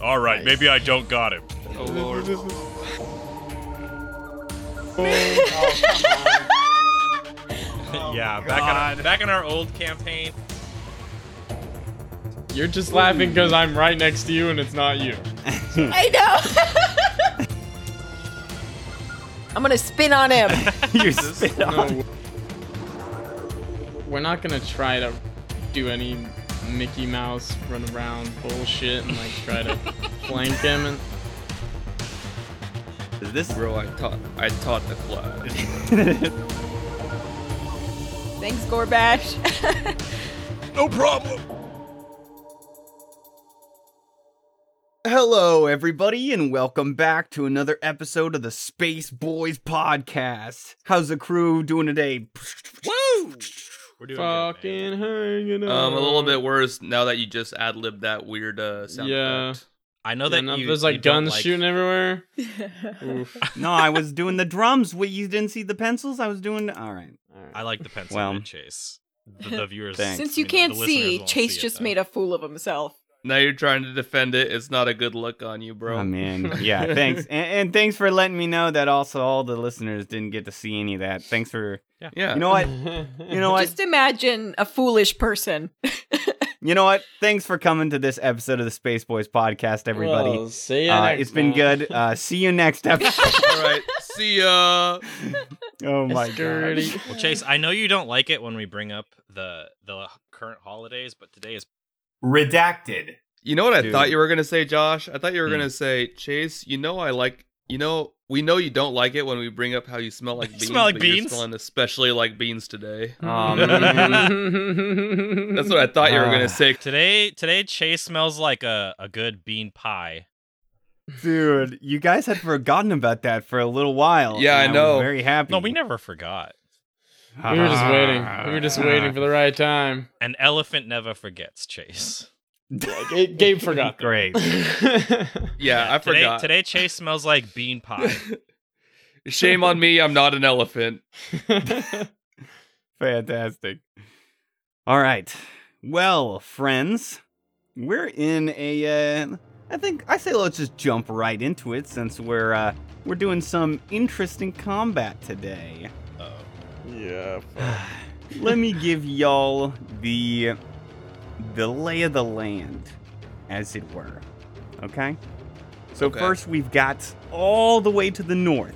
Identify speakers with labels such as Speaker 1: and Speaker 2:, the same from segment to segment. Speaker 1: All right, maybe I don't got him.
Speaker 2: Oh lord.
Speaker 1: yeah, back in, back in our old campaign.
Speaker 3: You're just laughing because I'm right next to you and it's not you.
Speaker 4: I know. I'm gonna spin on him.
Speaker 5: you spit on.
Speaker 3: No. We're not gonna try to do any Mickey Mouse run around bullshit and like try to flank him. And
Speaker 5: Is this
Speaker 2: Bro, I taught I taught the class.
Speaker 4: Thanks, Gorbash.
Speaker 1: No problem.
Speaker 5: Hello, everybody, and welcome back to another episode of the Space Boys podcast. How's the crew doing today?
Speaker 1: Woo! We're doing good, man.
Speaker 3: fucking hanging out.
Speaker 2: Um, a little
Speaker 6: Oh.
Speaker 2: bit worse now that you just ad libbed that weird uh sound
Speaker 3: Yeah.
Speaker 2: effect.
Speaker 6: I know
Speaker 3: Yeah,
Speaker 6: that
Speaker 3: no,
Speaker 6: you,
Speaker 3: there's
Speaker 6: you
Speaker 3: like
Speaker 6: don't
Speaker 3: guns
Speaker 6: like-
Speaker 3: shooting everywhere. Oof.
Speaker 5: no, I was doing the drums. Wait, you didn't see the pencils? I was doing. All right.
Speaker 6: I like the pencil
Speaker 5: Well.
Speaker 6: and chase. The, the viewers,
Speaker 5: Thanks.
Speaker 4: Since you
Speaker 6: I mean,
Speaker 4: can't
Speaker 6: the listeners
Speaker 4: see,
Speaker 6: won't
Speaker 4: Chase
Speaker 6: see it,
Speaker 4: just
Speaker 6: though.
Speaker 4: made a fool of himself.
Speaker 2: Now you're trying to defend it. It's not a good look on you, bro.
Speaker 5: I mean, Oh, yeah, thanks. And, and thanks for letting me know that also all the listeners didn't get to see any of that. Thanks for.
Speaker 2: yeah.
Speaker 5: You know what? You know what?
Speaker 4: Just imagine a foolish person.
Speaker 5: You know what? Thanks for coming to this episode of the Space Boys podcast, everybody.
Speaker 3: Well, see ya
Speaker 5: uh,
Speaker 3: next
Speaker 5: it's been
Speaker 3: time.
Speaker 5: good. Uh, see you next episode.
Speaker 2: All right. See ya.
Speaker 5: oh my god.
Speaker 3: Dirty.
Speaker 6: Well, Chase, I know you don't like it when we bring up the the current holidays, but today is
Speaker 7: Redacted.
Speaker 2: You know what I
Speaker 5: Dude.
Speaker 2: thought you were gonna say, Josh? I thought you were
Speaker 6: Hmm.
Speaker 2: gonna say, Chase. You know I like. You know we know you don't like it when we bring up how you smell like
Speaker 6: You
Speaker 2: beans.
Speaker 6: smell like
Speaker 2: but you're
Speaker 6: beans?
Speaker 2: smelling especially like beans today.
Speaker 5: Um,
Speaker 2: That's what I thought you were
Speaker 5: Ah.
Speaker 2: gonna say.
Speaker 6: today today Chase smells like a, a good bean pie.
Speaker 5: Dude, you guys had forgotten about that for a little while.
Speaker 2: Yeah,
Speaker 5: and
Speaker 2: I
Speaker 5: was
Speaker 2: know.
Speaker 5: very happy. Ah,
Speaker 6: No, we never forgot.
Speaker 3: we were just waiting. We were just waiting for the right time.
Speaker 6: An elephant never forgets, Chase.
Speaker 3: Gabe, Gabe forgot.
Speaker 5: Great.
Speaker 2: Yeah, I
Speaker 6: today,
Speaker 2: forgot.
Speaker 6: Today Chase smells like bean pie.
Speaker 2: Shame on me. I'm not an elephant.
Speaker 5: Fantastic. All right. Well, friends, we're in a. Uh, I think I say let's just jump right into it since we're uh, we're doing some interesting combat today.
Speaker 3: yeah.
Speaker 5: Let me give y'all the the lay of the land, as it were. Okay. So
Speaker 2: Okay.
Speaker 5: first, we've got all the way to the north.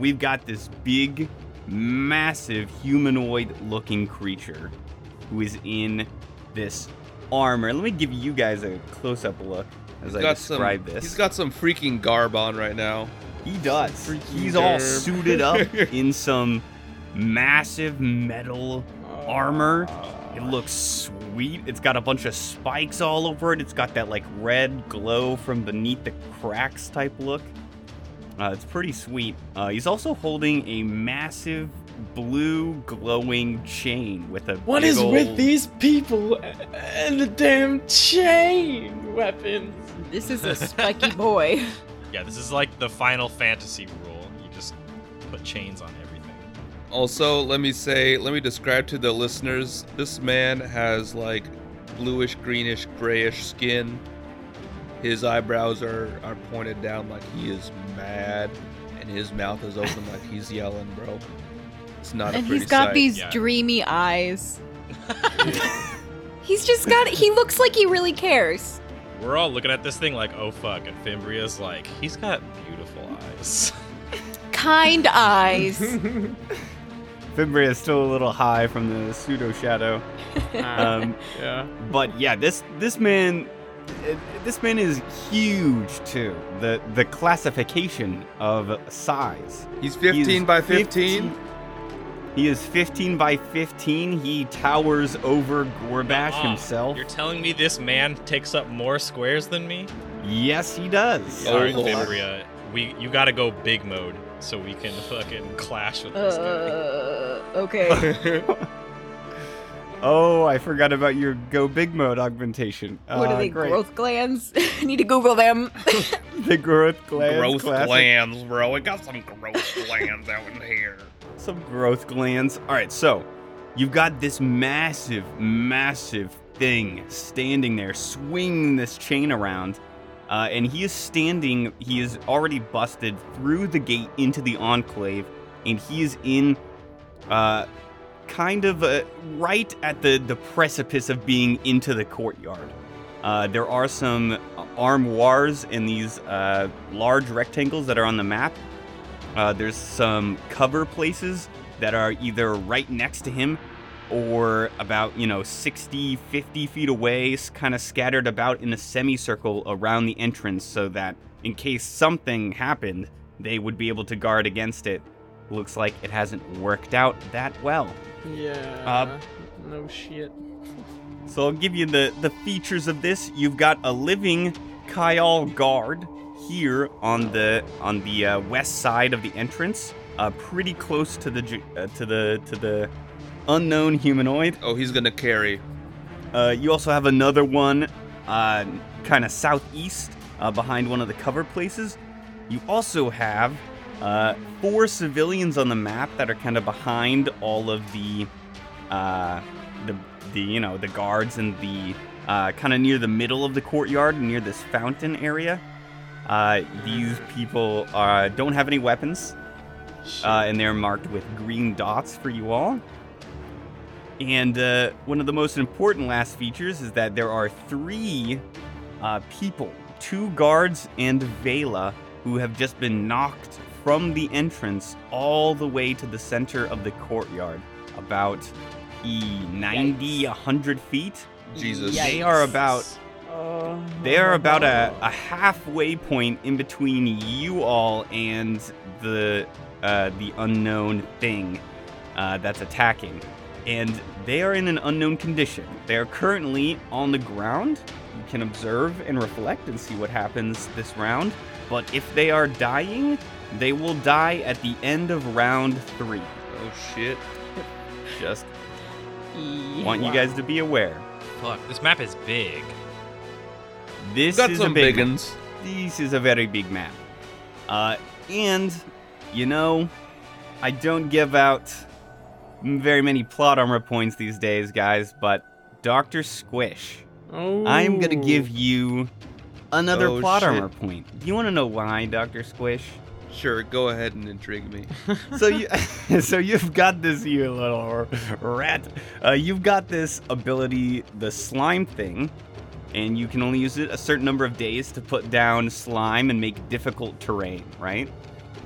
Speaker 5: We've got this big, massive humanoid-looking creature who is in this armor. Let me give you guys a close-up look as I
Speaker 2: Got some.
Speaker 5: describe this.
Speaker 2: He's got some freaking garb on right now.
Speaker 5: He does.
Speaker 3: Freaking
Speaker 5: He's all
Speaker 3: derp.
Speaker 5: suited up in some massive metal armor. It looks sweet. It's got a bunch of spikes all over it. It's got that like red glow from beneath the cracks type look. Uh, it's pretty sweet. Uh, he's also holding a massive blue glowing chain with a
Speaker 3: What
Speaker 5: big
Speaker 3: is with
Speaker 5: ol'
Speaker 3: these people and the damn chain weapons?
Speaker 4: This is a spiky boy.
Speaker 6: yeah, this is like the Final Fantasy rule. You just put chains on everything.
Speaker 2: Also, let me say, let me describe to the listeners this man has like bluish, greenish, grayish skin. His eyebrows are, are pointed down like he is mad, and his mouth is open like he's yelling, bro. It's not
Speaker 4: and
Speaker 2: a pretty
Speaker 4: he's got
Speaker 2: sight.
Speaker 4: these
Speaker 6: yeah.
Speaker 4: dreamy eyes. he's just got. He looks like he really cares.
Speaker 6: We're all looking at this thing like, oh fuck, and Fimbria's like, he's got beautiful eyes.
Speaker 4: Kind eyes.
Speaker 5: Fimbria is still a little high from the pseudo shadow. Um,
Speaker 3: yeah.
Speaker 5: But yeah, this this man, uh, this man is huge too. The the classification of size.
Speaker 2: He's
Speaker 5: He is
Speaker 2: 15 by 15.
Speaker 5: He is 15 by 15. He towers over Gorbash
Speaker 6: Ah,
Speaker 5: himself.
Speaker 6: You're telling me this man takes up more squares than me?
Speaker 5: Yes, he does.
Speaker 2: Oh,
Speaker 6: Sorry,
Speaker 2: Lord.
Speaker 6: Fimbria. We you gotta go big mode so we can fucking clash with this guy.
Speaker 4: uh, okay.
Speaker 5: Oh, I forgot about your go big mode augmentation.
Speaker 4: What
Speaker 5: Ah,
Speaker 4: are they?
Speaker 5: great.
Speaker 4: Growth glands. I need to Google them.
Speaker 5: The growth glands.
Speaker 2: Growth
Speaker 5: classic.
Speaker 2: glands, bro. We got some growth glands out in here.
Speaker 5: some growth glands. All right, so you've got this massive, massive thing standing there, swinging this chain around. Uh, Uh, and he is standing, he is already busted through the gate into the enclave, and he is in uh, kind of uh, right at the, the precipice of being into the courtyard. Uh, there are some armoires in these uh, large rectangles that are on the map. Uh, there's some cover places that are either right next to him or about, you know, 60, 50 feet away, kind of scattered about in a semicircle around the entrance so that in case something happened, they would be able to guard against it. Looks like it hasn't worked out that well.
Speaker 3: Yeah.
Speaker 5: Uh,
Speaker 3: no shit.
Speaker 5: So I'll give you the, the features of this. You've got a living Kyal guard here on the on the uh, west side of the entrance, uh, pretty close to the ju- uh, to the to the unknown humanoid.
Speaker 2: Oh, he's gonna carry.
Speaker 5: Uh, you also have another one, uh, kind of southeast uh, behind one of the cover places. You also have uh, four civilians on the map that are kind of behind all of the, uh, the, the you know the guards and the uh, kind of near the middle of the courtyard, near this fountain area. Uh, these people uh, don't have any weapons, uh, and they're marked with green dots for you all. And uh, one of the most important last features is that there are three uh, people, two guards and Vela, who have just been knocked from the entrance all the way to the center of the courtyard, about e 90, 100 feet.
Speaker 2: Jesus.
Speaker 5: They are about
Speaker 3: Uh,
Speaker 5: they are about a, a halfway point in between you all and the uh, the unknown thing uh, that's attacking, and they are in an unknown condition. They are currently on the ground. You can observe and reflect and see what happens this round. But if they are dying, they will die at the end of round three.
Speaker 2: Oh shit.
Speaker 5: Just want you guys to be aware.
Speaker 6: Fuck, this map is big.
Speaker 5: This
Speaker 2: That's
Speaker 5: is
Speaker 2: some
Speaker 5: a big one.
Speaker 2: biggins.
Speaker 5: This is a very big map. Uh, and, you know, I don't give out very many plot armor points these days, guys, but Dr. Squish,
Speaker 3: Oh.
Speaker 5: I'm going to give you another
Speaker 2: Oh,
Speaker 5: plot
Speaker 2: shit.
Speaker 5: armor point. You want to know why, Dr. Squish?
Speaker 2: Sure, go ahead and intrigue me.
Speaker 5: so you, so you've got this, you little rat. Uh, you've got this ability, the slime thing, and you can only use it a certain number of days to put down slime and make difficult terrain, right?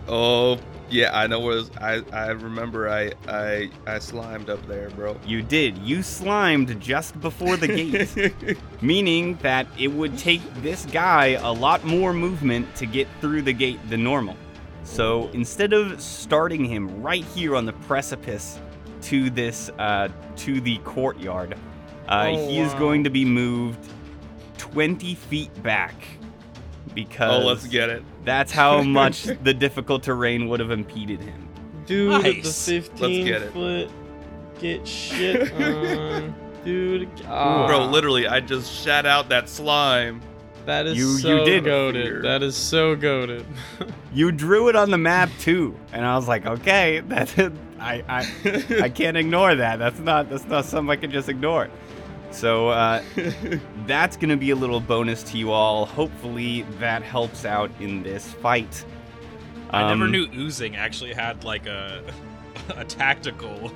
Speaker 2: Oh yeah, I know where this- I I remember I I I slimed up there, bro.
Speaker 5: You did. You slimed just before the gate, meaning that it would take this guy a lot more movement to get through the gate than normal. So instead of starting him right here on the precipice to this uh, to the courtyard, uh,
Speaker 3: Oh,
Speaker 5: he is
Speaker 3: wow.
Speaker 5: going to be moved 20 feet back because
Speaker 2: Oh, let's get it.
Speaker 5: that's how much the difficult terrain would have impeded him.
Speaker 3: Dude, with the
Speaker 6: Nice.
Speaker 3: 15
Speaker 2: get it.
Speaker 3: foot. Get shit on. Dude, ah,
Speaker 2: Bro, literally, I just shat out that slime.
Speaker 3: that is
Speaker 5: you- you
Speaker 3: so
Speaker 5: did
Speaker 3: goaded.
Speaker 2: figure.
Speaker 3: That is so goaded.
Speaker 5: you drew it on the map too and i was like okay that i i, I can't ignore that that's not that's not something i can just ignore so uh, that's gonna be a little bonus to you all hopefully that helps out in this fight
Speaker 6: I never
Speaker 5: Um,
Speaker 6: knew oozing actually had like a a tactical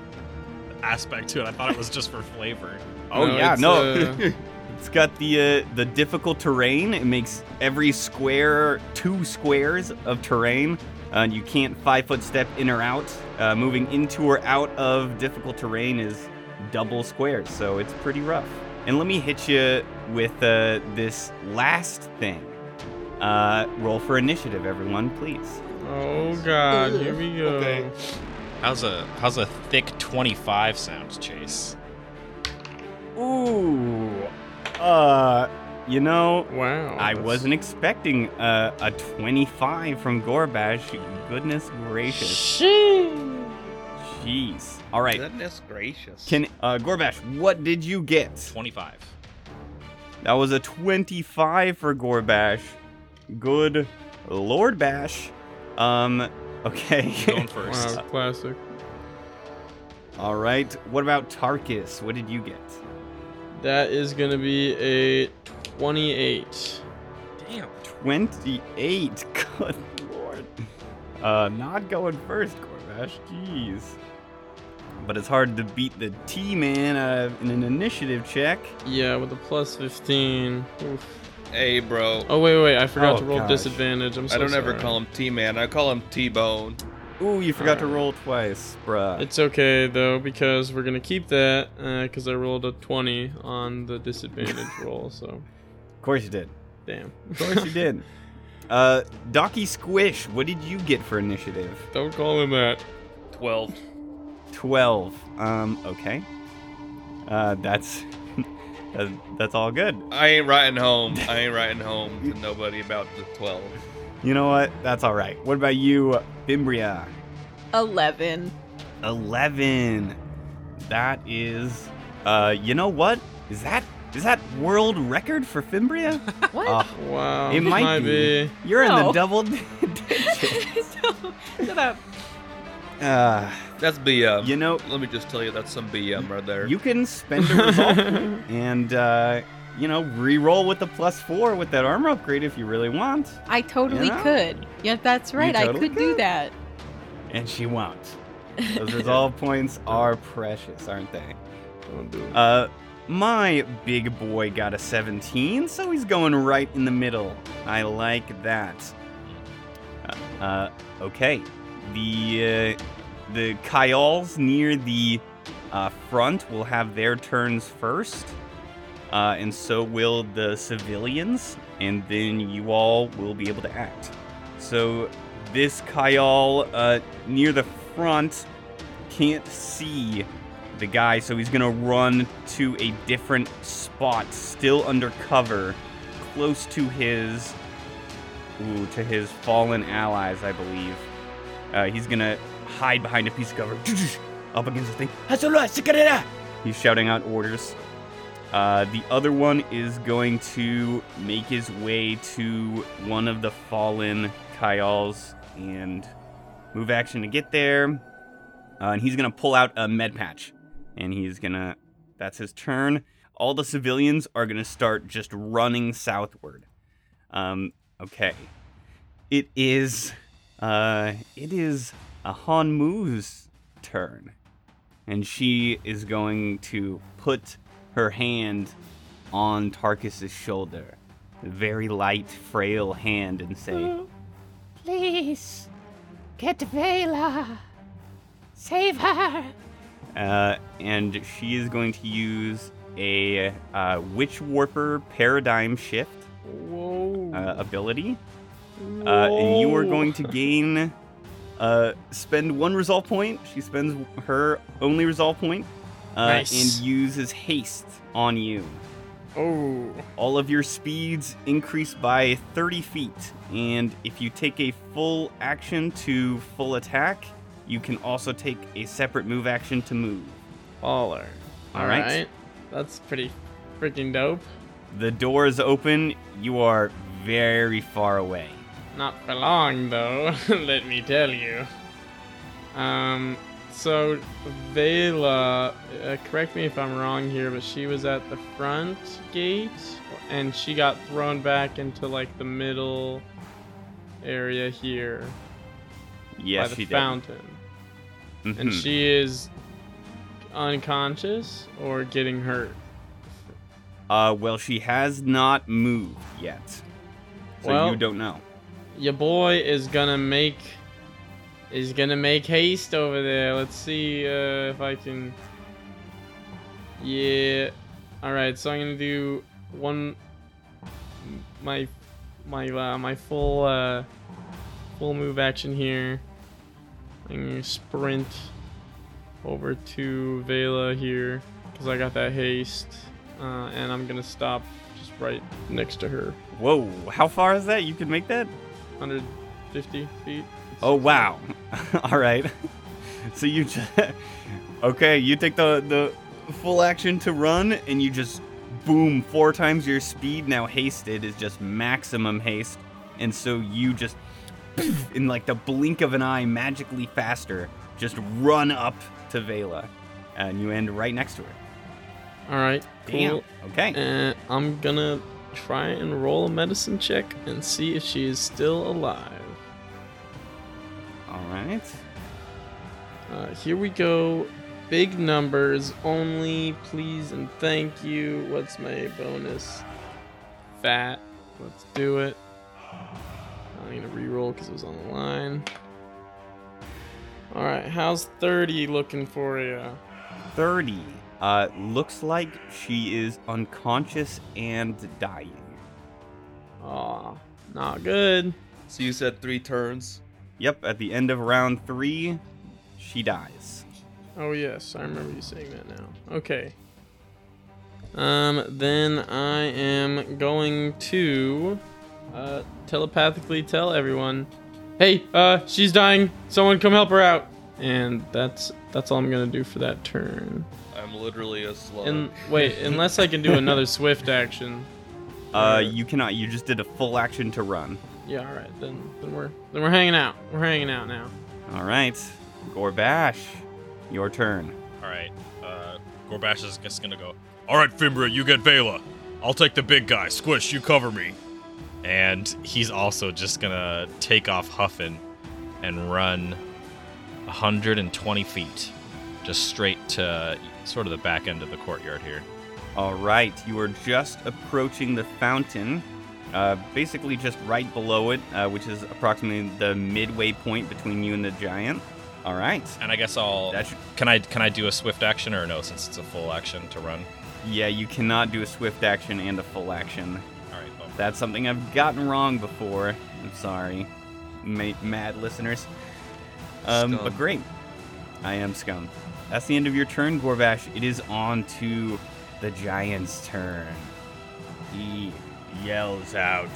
Speaker 6: aspect to it. I thought it was just for flavor.
Speaker 5: oh yeah
Speaker 3: it's,
Speaker 5: no
Speaker 3: uh,
Speaker 5: It's got the uh, the difficult terrain. It makes every square two squares of terrain, uh, and you can't five foot step in or out. Uh, moving into or out of difficult terrain is double squares, so it's pretty rough. And let me hit you with uh, this last thing. Uh, roll for initiative, everyone, please.
Speaker 3: oh god, here we go.
Speaker 2: Okay.
Speaker 6: How's a how's a thick twenty five sounds, Chase?
Speaker 5: Ooh, uh, you know,
Speaker 3: Wow.
Speaker 5: I
Speaker 3: that's-
Speaker 5: wasn't expecting uh, a 25 from Gorbash. Goodness gracious.
Speaker 3: Shit.
Speaker 5: Jeez. All right.
Speaker 2: Goodness gracious.
Speaker 5: Can uh, Gorbash, what did you get?
Speaker 6: Twenty five.
Speaker 5: That was a 25 for Gorbash. Good Lord Bash. Um, okay.
Speaker 6: Going first.
Speaker 3: Wow, classic.
Speaker 5: All right. What about Tarkus? What did you get?
Speaker 3: That is gonna be a 28.
Speaker 6: Damn.
Speaker 5: 28. Good lord. Uh, not going first, Corvash. Jeez. But it's hard to beat the T man uh, in an initiative check.
Speaker 3: Yeah, with a plus 15. Oof.
Speaker 2: Hey, bro.
Speaker 3: Oh, wait, wait, I forgot
Speaker 5: Oh,
Speaker 3: to roll
Speaker 5: gosh.
Speaker 3: disadvantage. I'm so
Speaker 2: I don't ever
Speaker 3: sorry.
Speaker 2: call him T Man. I call him T Bone.
Speaker 5: Ooh, you forgot to
Speaker 3: Alright.
Speaker 5: roll twice, bruh.
Speaker 3: It's okay, though, because we're going to keep that, because I rolled a 20 on the disadvantage roll, so
Speaker 5: of course you did.
Speaker 3: damn.
Speaker 5: Of course you did. Uh, Docky Squish, what did you get for initiative?
Speaker 3: Don't call him that.
Speaker 2: 12.
Speaker 5: 12. Um, okay. Uh, that's, that's that's all good.
Speaker 2: I ain't writing home. I ain't writing home to nobody about the 12.
Speaker 5: You know what? That's all right. What about you, Bimbria?
Speaker 4: 11.
Speaker 5: 11. That is uh you know what? Is that is that world record for Fimbria?
Speaker 4: What?
Speaker 5: Uh,
Speaker 3: Wow.
Speaker 5: It might be. you're in the
Speaker 4: No.
Speaker 5: double digit.
Speaker 4: so, shut up.
Speaker 5: Uh,
Speaker 2: That's BM.
Speaker 5: you know,
Speaker 2: Let me just tell you, that's some BM right there.
Speaker 5: you can spend a result and uh you know, re-roll with the plus four with that armor upgrade if you really want.
Speaker 4: I totally
Speaker 5: You know?
Speaker 4: could. Yeah, that's right. I
Speaker 5: totally
Speaker 4: could do
Speaker 5: could.
Speaker 4: that.
Speaker 5: And she won't. Those resolve points are precious, aren't they?
Speaker 3: Don't do it.
Speaker 5: Uh, my big boy got a 17, so he's going right in the middle. I like that. Uh, uh, okay. The uh, the Kyals near the uh, front will have their turns first, uh, and so will the civilians, and then you all will be able to act. So this Kyal uh, near the front can't see the guy, so he's gonna run to a different spot, still undercover, close to his, ooh, to his fallen allies, I believe. Uh, he's gonna hide behind a piece of cover, up against the thing. "Hasura, Shikarera!" He's shouting out orders. Uh, the other one is going to make his way to one of the fallen Kyals and move action to get there. Uh, and he's gonna pull out a med patch, and he's gonna. That's his turn. All the civilians are gonna start just running southward. Um, okay. It is. Uh, it is a Hanmu's turn, and she is going to put her hand on Tarkus's shoulder, a very light, frail hand, and say,
Speaker 7: Oh, Please, get Vela. Save her.
Speaker 5: uh, and she is going to use a uh, Witch Warper Paradigm Shift
Speaker 3: Whoa.
Speaker 5: uh, ability, uh, and you are
Speaker 3: Whoa.
Speaker 5: going to gain. Uh, spend one resolve point. She spends her only resolve point, uh,
Speaker 3: Nice.
Speaker 5: and uses haste on you.
Speaker 3: Oh.
Speaker 5: All of your speeds increase by 30 feet, and if you take a full action to full attack, you can also take a separate move action to move.
Speaker 3: Baller.
Speaker 5: All right.
Speaker 3: That's pretty freaking dope.
Speaker 5: The door is open. You are very far away.
Speaker 3: Not for long, though, let me tell you. Um, so, Vela, uh, correct me if I'm wrong here, but she was at the front gate and she got thrown back into like the middle area here
Speaker 5: Yes,
Speaker 3: by the
Speaker 5: she did.
Speaker 3: fountain.
Speaker 5: Mhm.
Speaker 3: And she is unconscious or getting hurt.
Speaker 5: uh, well, she has not moved yet, so
Speaker 3: Well-
Speaker 5: you don't know.
Speaker 3: your boy is gonna make is gonna make haste over there. Let's see uh, if I can. Yeah. All right. So I'm gonna do one. My my uh, my full uh, full move action here. I'm gonna sprint over to Vela here because I got that haste, uh, and I'm gonna stop just right next to her.
Speaker 5: Whoa! How far is that? You can make that?
Speaker 3: 150 feet.
Speaker 5: Oh wow! All right. so you just okay? You take the the full action to run, and you just boom four times your speed. Now hasted is just maximum haste, and so you just in like the blink of an eye, magically faster, just run up to Vela, and you end right next to her.
Speaker 3: All right. Cool.
Speaker 5: Damn. Okay.
Speaker 3: Uh, I'm gonna try and roll a medicine check and see if she is still alive.
Speaker 5: All right.
Speaker 3: Uh, here we go. Big numbers only. Please and thank you. What's my bonus? Fat. Let's do it. I'm gonna reroll because it was on the line. All right, how's 30 looking for you?
Speaker 5: 30. Uh, looks like she is unconscious and dying.
Speaker 3: Aw, not good.
Speaker 2: So you said three turns.
Speaker 5: Yep, at the end of round three, she dies.
Speaker 3: Oh yes, I remember you saying that now. Okay. Um, then I am going to uh, telepathically tell everyone, "Hey, uh, she's dying. Someone come help her out." And that's that's all I'm gonna do for that turn.
Speaker 2: I'm literally a slug.
Speaker 3: And wait, unless I can do another swift action.
Speaker 5: Uh, you cannot. You just did a full action to run.
Speaker 3: Yeah, all right. Then then we're then we're hanging out. We're hanging out now.
Speaker 5: All right, Gorbash, your turn.
Speaker 6: All right. Uh, Gorbash is just gonna go. All right, Fimbra, you get Vela. I'll take the big guy. Squish, you cover me. And he's also just gonna take off huffing and run 120 feet, just straight to sort of the back end of the courtyard here.
Speaker 5: All right, you are just approaching the fountain, uh, basically just right below it, uh, which is approximately the midway point between you and the giant. All right,
Speaker 6: And I guess I'll.
Speaker 5: that should,
Speaker 6: Can I can I do a swift action or no? Since it's a full action to run.
Speaker 5: yeah, you cannot do a swift action and a full action.
Speaker 6: All right. Well,
Speaker 5: That's something I've gotten wrong before. I'm sorry, ma- mad listeners. Um,
Speaker 2: Scum.
Speaker 5: but great, I am scum. That's the end of your turn, Gorbash. It is on to the giant's turn. He yells out,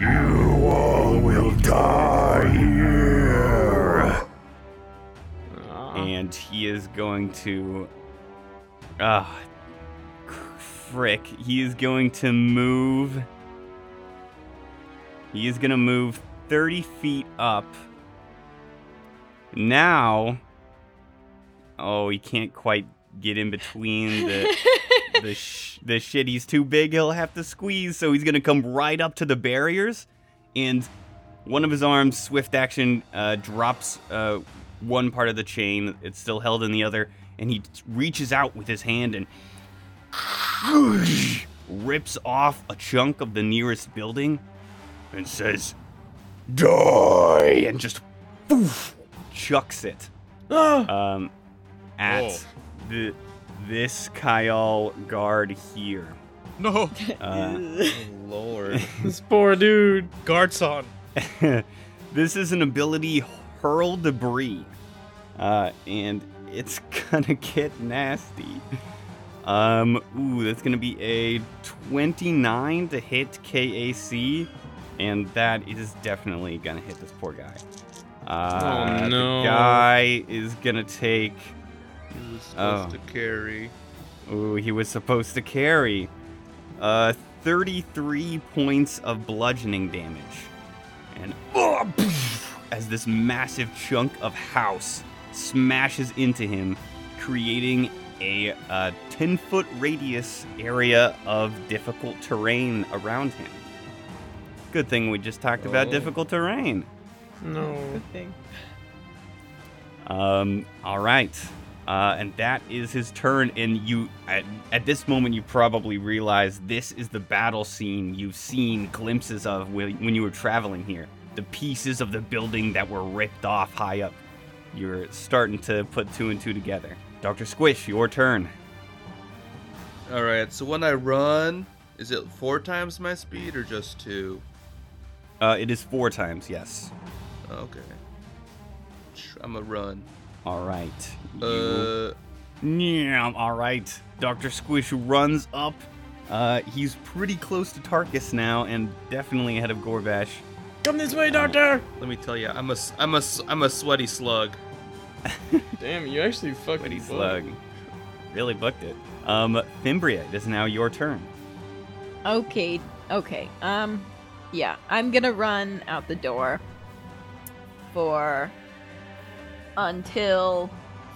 Speaker 8: You all will die here.
Speaker 3: Aw.
Speaker 5: and he is going to. Ah, frick! He is going to move. He is going to move 30 feet up. Now, oh, he can't quite get in between the the sh- the shit. He's too big. He'll have to squeeze. So he's gonna come right up to the barriers, and one of his arms, swift action, uh, drops uh, one part of the chain. It's still held in the other, and he reaches out with his hand and rips off a chunk of the nearest building, and says, "Die!" and just poof, chucks it
Speaker 3: Ah.
Speaker 5: um, at
Speaker 6: Oh.
Speaker 5: the this Kyle guard here.
Speaker 6: no,
Speaker 5: Uh,
Speaker 2: oh, Lord.
Speaker 3: this poor dude.
Speaker 6: guards on.
Speaker 5: this is an ability hurl debris, uh, and it's gonna get nasty. Um, ooh, that's gonna be a 29 to hit KAC, and that is definitely gonna hit this poor guy. Uh,
Speaker 3: Oh, no.
Speaker 5: The guy is gonna take.
Speaker 2: He was supposed
Speaker 5: Oh.
Speaker 2: to carry.
Speaker 5: Ooh, he was supposed to carry. Uh, 33 points of bludgeoning damage. And oh, as this massive chunk of house smashes into him, creating a uh, 10 foot radius area of difficult terrain around him. Good thing we just talked about
Speaker 2: Oh.
Speaker 5: difficult terrain.
Speaker 3: No.
Speaker 4: Thing.
Speaker 5: Um, all right. Uh, and that is his turn. And you, at, at this moment, you probably realize this is the battle scene you've seen glimpses of when, when you were traveling here. The pieces of the building that were ripped off high up. You're starting to put two and two together. Dr. Squish, your turn.
Speaker 2: All right. So when I run, is it four times my speed or just two?
Speaker 5: Uh, it is four times, yes.
Speaker 2: Okay. Sh- I'm a run.
Speaker 5: All right. You-
Speaker 2: Uh,
Speaker 5: Yeah, all right. Dr. Squish runs up. Uh, he's pretty close to Tarkus now and definitely ahead of Gorbash.
Speaker 3: Come this way, doctor.
Speaker 2: let me tell you, I'm a, s- I'm a, s- I'm a sweaty slug.
Speaker 3: Damn, you actually fucking.
Speaker 5: But he's
Speaker 3: bugged.
Speaker 5: slug. Really booked it. Um, Fimbria, it is now your turn.
Speaker 4: Okay, okay. Um, yeah, I'm gonna run out the door for until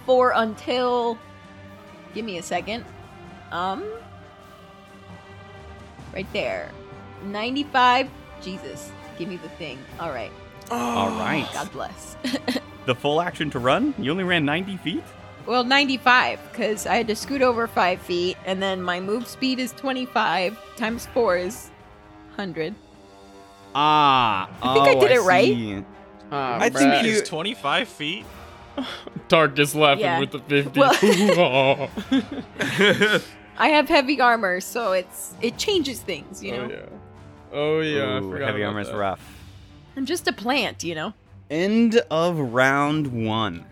Speaker 4: for until. Give me a second. Um, Right there. 95. Jesus. Give me the thing. All right.
Speaker 5: All right.
Speaker 4: Oh, God bless.
Speaker 5: The full action to run? You only ran 90 feet?
Speaker 4: well, 95, because I had to scoot over 5 feet, and then my move speed is 25, times 4 is 100.
Speaker 5: Ah.
Speaker 4: I think I
Speaker 5: oh,
Speaker 4: did it right.
Speaker 5: see.
Speaker 3: Ah,
Speaker 5: I think
Speaker 3: bruh.
Speaker 5: you-
Speaker 6: It's 25 feet.
Speaker 3: Dark is laughing
Speaker 4: Yeah.
Speaker 3: with the 50.
Speaker 4: Well-
Speaker 3: oh,
Speaker 4: I have heavy armor, so it's it changes things, you know?
Speaker 3: yeah. Oh, yeah. I
Speaker 5: Ooh,
Speaker 3: forgot
Speaker 5: heavy
Speaker 3: about
Speaker 5: armor is
Speaker 3: that.
Speaker 5: rough.
Speaker 4: I'm just a plant, you know?
Speaker 5: End of round one.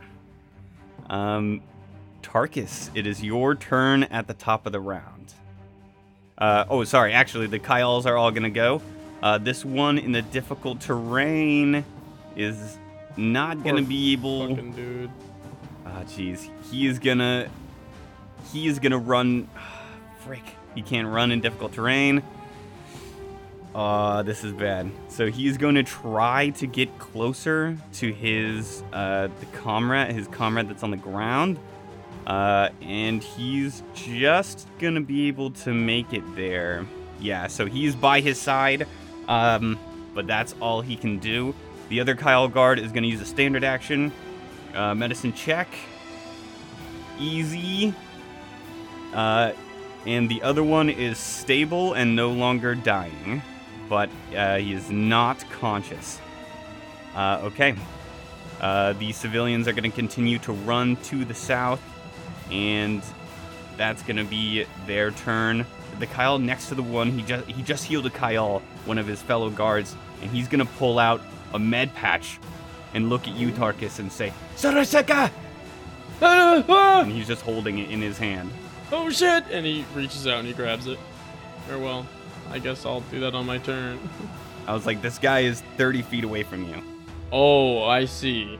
Speaker 5: Um, Tarkus, it is your turn at the top of the round. Uh, oh, sorry. Actually, the Kyals are all going to go. Uh, this one in the difficult terrain is not going to
Speaker 3: Poor
Speaker 5: be able.
Speaker 3: Fucking dude.
Speaker 5: Ah, jeez. He is gonna. He is gonna run. Frick. He can't run in difficult terrain. Ah, this is bad. So he's going to try to get closer to his uh, the comrade, his comrade that's on the ground, uh, and he's just gonna be able to make it there. Yeah. So he's by his side, um, but that's all he can do. The other Kyle guard is gonna use a standard action. Uh, medicine check. Easy. Uh, and the other one is stable and no longer dying, but uh, he is not conscious. Uh, okay. Uh, the civilians are going to continue to run to the south, and that's going to be their turn. The Kyle next to the one he just he just healed a Kyle, one of his fellow guards, and he's going to pull out a med patch and look at you, Tarkus, and say, Saraseka!
Speaker 3: Ah, ah,
Speaker 5: And he's just holding it in his hand.
Speaker 3: oh, shit! And he reaches out and he grabs it. Or, well, I guess I'll do that on my turn.
Speaker 5: I was like, this guy is 30 feet away from you.
Speaker 3: Oh, I see.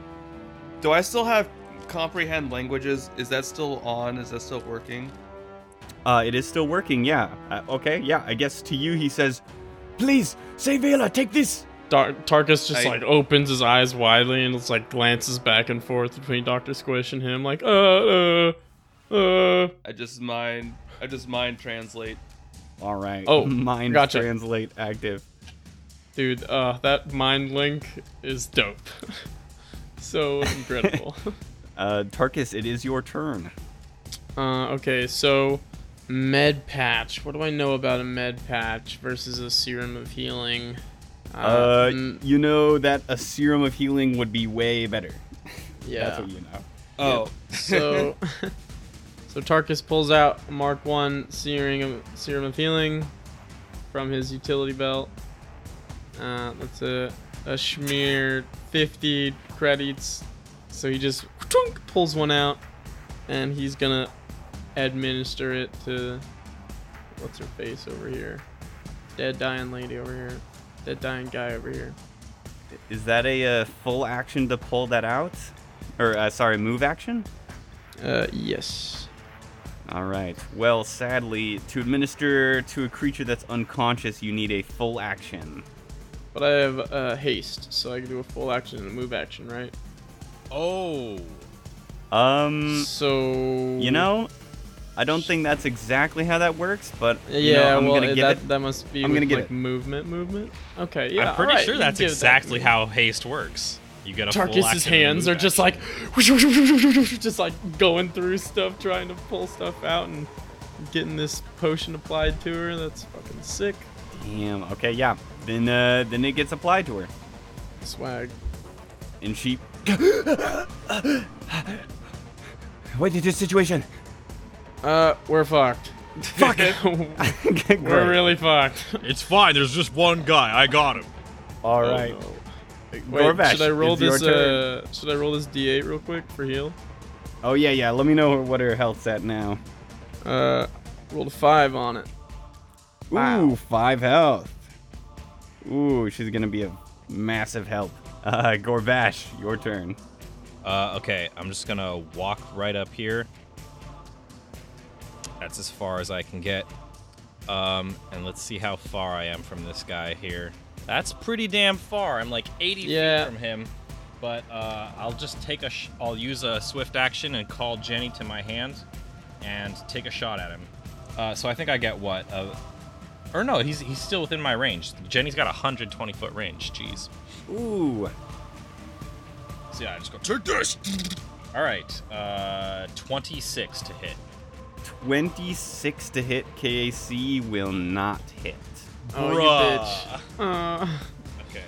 Speaker 2: Do I still have comprehend languages? Is that still on? Is that still working?
Speaker 5: Uh, it is still working, yeah. Uh, okay, yeah, I guess to you he says, Please, say Vela, take this!
Speaker 3: Dar- Tarkus just
Speaker 2: I-
Speaker 3: like opens his eyes widely and just like glances back and forth between Doctor Squish and him, like uh, uh, uh.
Speaker 2: I just mind. I just mind translate.
Speaker 5: All right.
Speaker 3: Oh,
Speaker 5: mind
Speaker 3: gotcha.
Speaker 5: translate active.
Speaker 3: Dude, uh, that mind link is dope. so incredible.
Speaker 5: Uh, Tarkus, it is your turn.
Speaker 3: uh, okay, so med patch. What do I know about a med patch versus a serum of healing?
Speaker 5: Uh,
Speaker 3: mm,
Speaker 5: you know that a serum of healing would be way better.
Speaker 3: yeah.
Speaker 5: That's what you know.
Speaker 2: Oh,
Speaker 3: So, so Tarkus pulls out a Mark One Serum of, Serum of Healing from his utility belt. Uh, that's a a schmear 50 credits. So he just twunk, pulls one out, and he's gonna administer it to what's her face over here, dead dying lady over here, dead dying guy over here.
Speaker 5: Is that a uh, full action to pull that out? Or, uh, sorry, move action?
Speaker 3: Uh, yes.
Speaker 5: All right. Well, sadly, to administer to a creature that's unconscious, you need a full action.
Speaker 3: But I have uh, haste, so I can do a full action and a move action, right?
Speaker 6: Oh.
Speaker 5: Um,
Speaker 3: So
Speaker 5: you know, I don't think that's exactly how that works, but
Speaker 3: yeah,
Speaker 5: you know, I'm
Speaker 3: well,
Speaker 5: gonna
Speaker 3: it-
Speaker 5: get
Speaker 3: that
Speaker 5: it.
Speaker 3: that must be
Speaker 5: I'm
Speaker 3: with,
Speaker 5: gonna get
Speaker 3: like
Speaker 5: it.
Speaker 3: movement, movement. Okay, yeah,
Speaker 6: I'm pretty
Speaker 3: alright,
Speaker 6: sure
Speaker 3: you
Speaker 6: that's
Speaker 3: give that to
Speaker 6: exactly
Speaker 3: me.
Speaker 6: how haste works. You get a full
Speaker 3: Tarkus's
Speaker 6: action and a
Speaker 3: hands are
Speaker 6: move
Speaker 3: just
Speaker 6: action.
Speaker 3: like, just like going through stuff, trying to pull stuff out and getting this potion applied to her. That's fucking sick.
Speaker 5: Damn. Okay, yeah. Then uh, then it gets applied to her,
Speaker 3: Swag.
Speaker 5: and she. What is this situation?
Speaker 3: Uh, we're fucked.
Speaker 5: Fuck. Great.
Speaker 3: we're really fucked.
Speaker 6: It's fine. There's just one guy. I got him.
Speaker 5: All
Speaker 3: Oh,
Speaker 5: right.
Speaker 3: no. Wait,
Speaker 5: Gorbash,
Speaker 3: should I roll
Speaker 5: it's your
Speaker 3: this?
Speaker 5: turn.
Speaker 3: Uh, should I roll this D8 real quick for heal?
Speaker 5: Oh yeah, yeah. Let me know what her health's at now.
Speaker 3: Uh, rolled a five on it.
Speaker 5: Ooh, five health. Ooh, she's gonna be a massive help. Uh, Gorbash, your turn.
Speaker 6: Uh, okay, I'm just gonna walk right up here. That's as far as I can get. Um, and let's see how far I am from this guy here. That's pretty damn far. I'm like 80
Speaker 3: Yeah.
Speaker 6: feet from him. But uh, I'll just take a. Sh- I'll use a swift action and call Jenny to my hand, and take a shot at him. Uh, so I think I get what a Or no, he's he's still within my range. Jenny's got a 120 foot range. Jeez.
Speaker 5: Ooh.
Speaker 6: So yeah, I just go take this. All right, uh, 26 to hit.
Speaker 5: 26 to hit KAC will not hit.
Speaker 3: Oh, you bitch. Uh,
Speaker 6: Okay.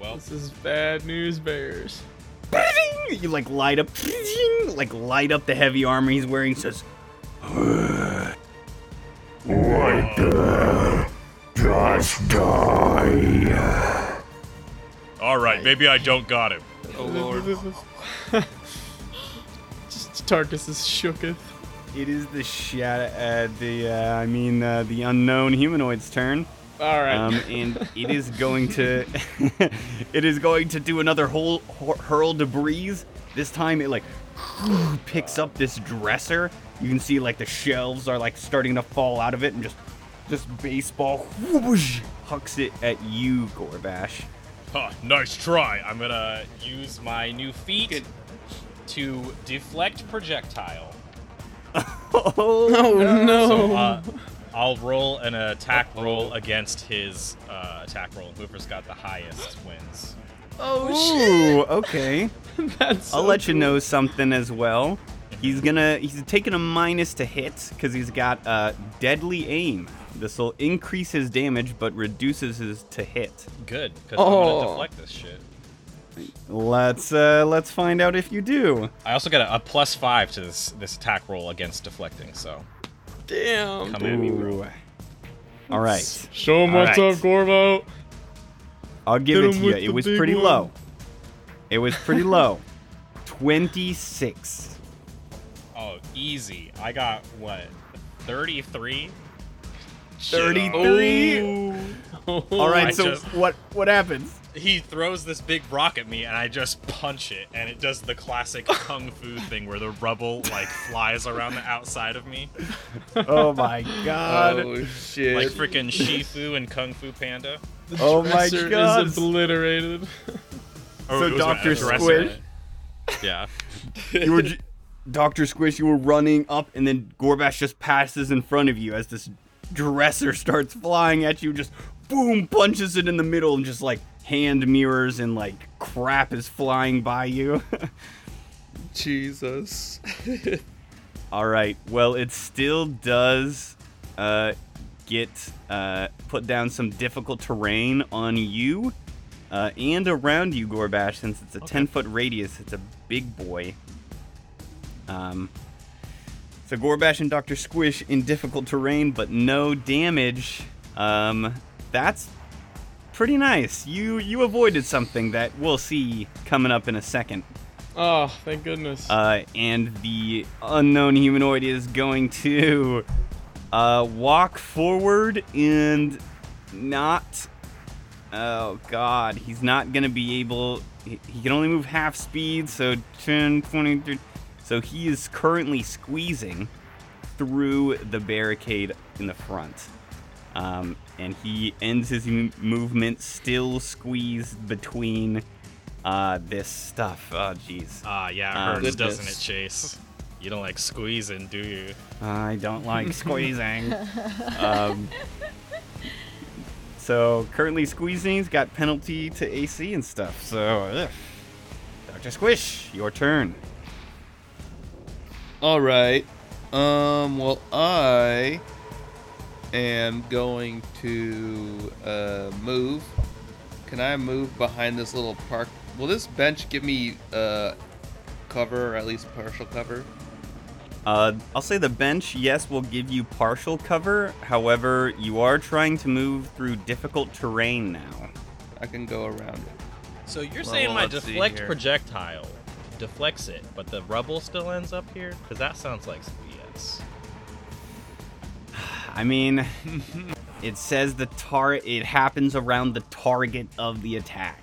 Speaker 6: Well,
Speaker 3: this is bad news, bears.
Speaker 5: Bing! You like light up, bing! like light up the heavy armor he's wearing. Says,
Speaker 8: What
Speaker 6: Uh,
Speaker 8: the? Just die.
Speaker 6: all right, maybe I don't got him.
Speaker 2: Oh lord.
Speaker 3: Just Tarkus is shooketh.
Speaker 5: "It is the shadow. Uh, the uh, I mean, uh, the unknown humanoid's turn,
Speaker 3: All right.
Speaker 5: um, and it is going to, it is going to do another whole hur- hurl debris. This time, it like picks up this dresser. You can see like the shelves are like starting to fall out of it, and just, just baseball whoosh, hucks it at you, Gorbash.
Speaker 6: Huh, nice try. I'm gonna use my new feet to deflect projectile.
Speaker 5: Oh,
Speaker 3: oh no.
Speaker 6: So uh, I'll roll an attack roll against his uh, attack roll. Whoever's got the highest wins.
Speaker 5: Ooh, okay.
Speaker 3: That's so
Speaker 5: I'll let you know something as well. He's gonna he's taking a minus to hit because he's got uh, deadly aim. This will increase his damage but reduces his to hit.
Speaker 6: Good, because I'm
Speaker 3: Oh.
Speaker 6: gonna deflect this shit.
Speaker 5: Let's uh, let's find out if you do.
Speaker 6: I also got a, a plus five to this this attack roll against deflecting. So
Speaker 3: damn.
Speaker 6: come at me, bro.
Speaker 5: Ooh. All right,
Speaker 3: Show 'em
Speaker 5: All
Speaker 3: what's
Speaker 5: right.
Speaker 3: up, Gorbo.
Speaker 5: I'll give
Speaker 3: Hit
Speaker 5: it
Speaker 3: him
Speaker 5: to
Speaker 3: with
Speaker 5: you.
Speaker 3: the
Speaker 5: It was
Speaker 3: big
Speaker 5: pretty
Speaker 3: one.
Speaker 5: low. It was pretty low. Twenty six.
Speaker 6: Oh, easy. I got what? 33?
Speaker 2: Oh.
Speaker 5: Thirty three.
Speaker 3: Three. Oh,
Speaker 5: All
Speaker 6: I
Speaker 5: right. So
Speaker 6: just-
Speaker 5: what what happens?
Speaker 6: He throws this big rock at me and I just punch it and it does the classic kung fu thing where the rubble like flies around the outside of me.
Speaker 5: Oh my god.
Speaker 2: Oh shit.
Speaker 6: Like freaking Shifu and Kung Fu Panda.
Speaker 5: Oh my God.
Speaker 3: Is obliterated.
Speaker 6: Or
Speaker 5: So
Speaker 6: Oh, it was
Speaker 5: Dr.
Speaker 6: a dresser.
Speaker 5: Squish-
Speaker 6: Yeah.
Speaker 5: you were, Doctor Squish, you were running up, and then Gorbash just passes in front of you as this dresser starts flying at you. Just boom, punches it in the middle, and just like hand mirrors and like crap is flying by you.
Speaker 2: Jesus.
Speaker 5: All right, well, it still does uh, get uh, put down some difficult terrain on you uh, and around you, Gorbash. Since it's a ten foot radius, it's a big boy. Um, so Gorbash and Doctor Squish in difficult terrain, but no damage. Um, that's pretty nice. You you avoided something that we'll see coming up in a second.
Speaker 3: Oh, thank goodness.
Speaker 5: Uh, and the unknown humanoid is going to uh, walk forward and not. Oh God, he's not gonna be able. He, he can only move half speed, so 10, 20, 30 So he is currently squeezing through the barricade in the front. Um, and he ends his m- movement still squeezed between uh, this stuff. Oh, jeez.
Speaker 6: Ah,
Speaker 5: Ah,
Speaker 6: yeah, it hurts, doesn't it,
Speaker 2: goodness.
Speaker 6: Chase? You don't like squeezing, do you?
Speaker 5: I don't like squeezing. um, so currently squeezing's got penalty to AC and stuff. So, ugh. Doctor Squish, your turn.
Speaker 2: All right. Um. Well, I am going to uh, move. Can I move behind this little park? Will this bench give me uh, cover or at least partial cover?
Speaker 5: Uh, I'll say the bench, yes, will give you partial cover. However, you are trying to move through difficult terrain now.
Speaker 2: I can go around it.
Speaker 6: So you're
Speaker 2: Well,
Speaker 6: saying my
Speaker 2: let's see
Speaker 6: deflect
Speaker 2: here.
Speaker 6: projectile deflects it, but the rubble still ends up here? Because that sounds like some BS.
Speaker 5: I mean, it says the tar. It happens around the target of the attack.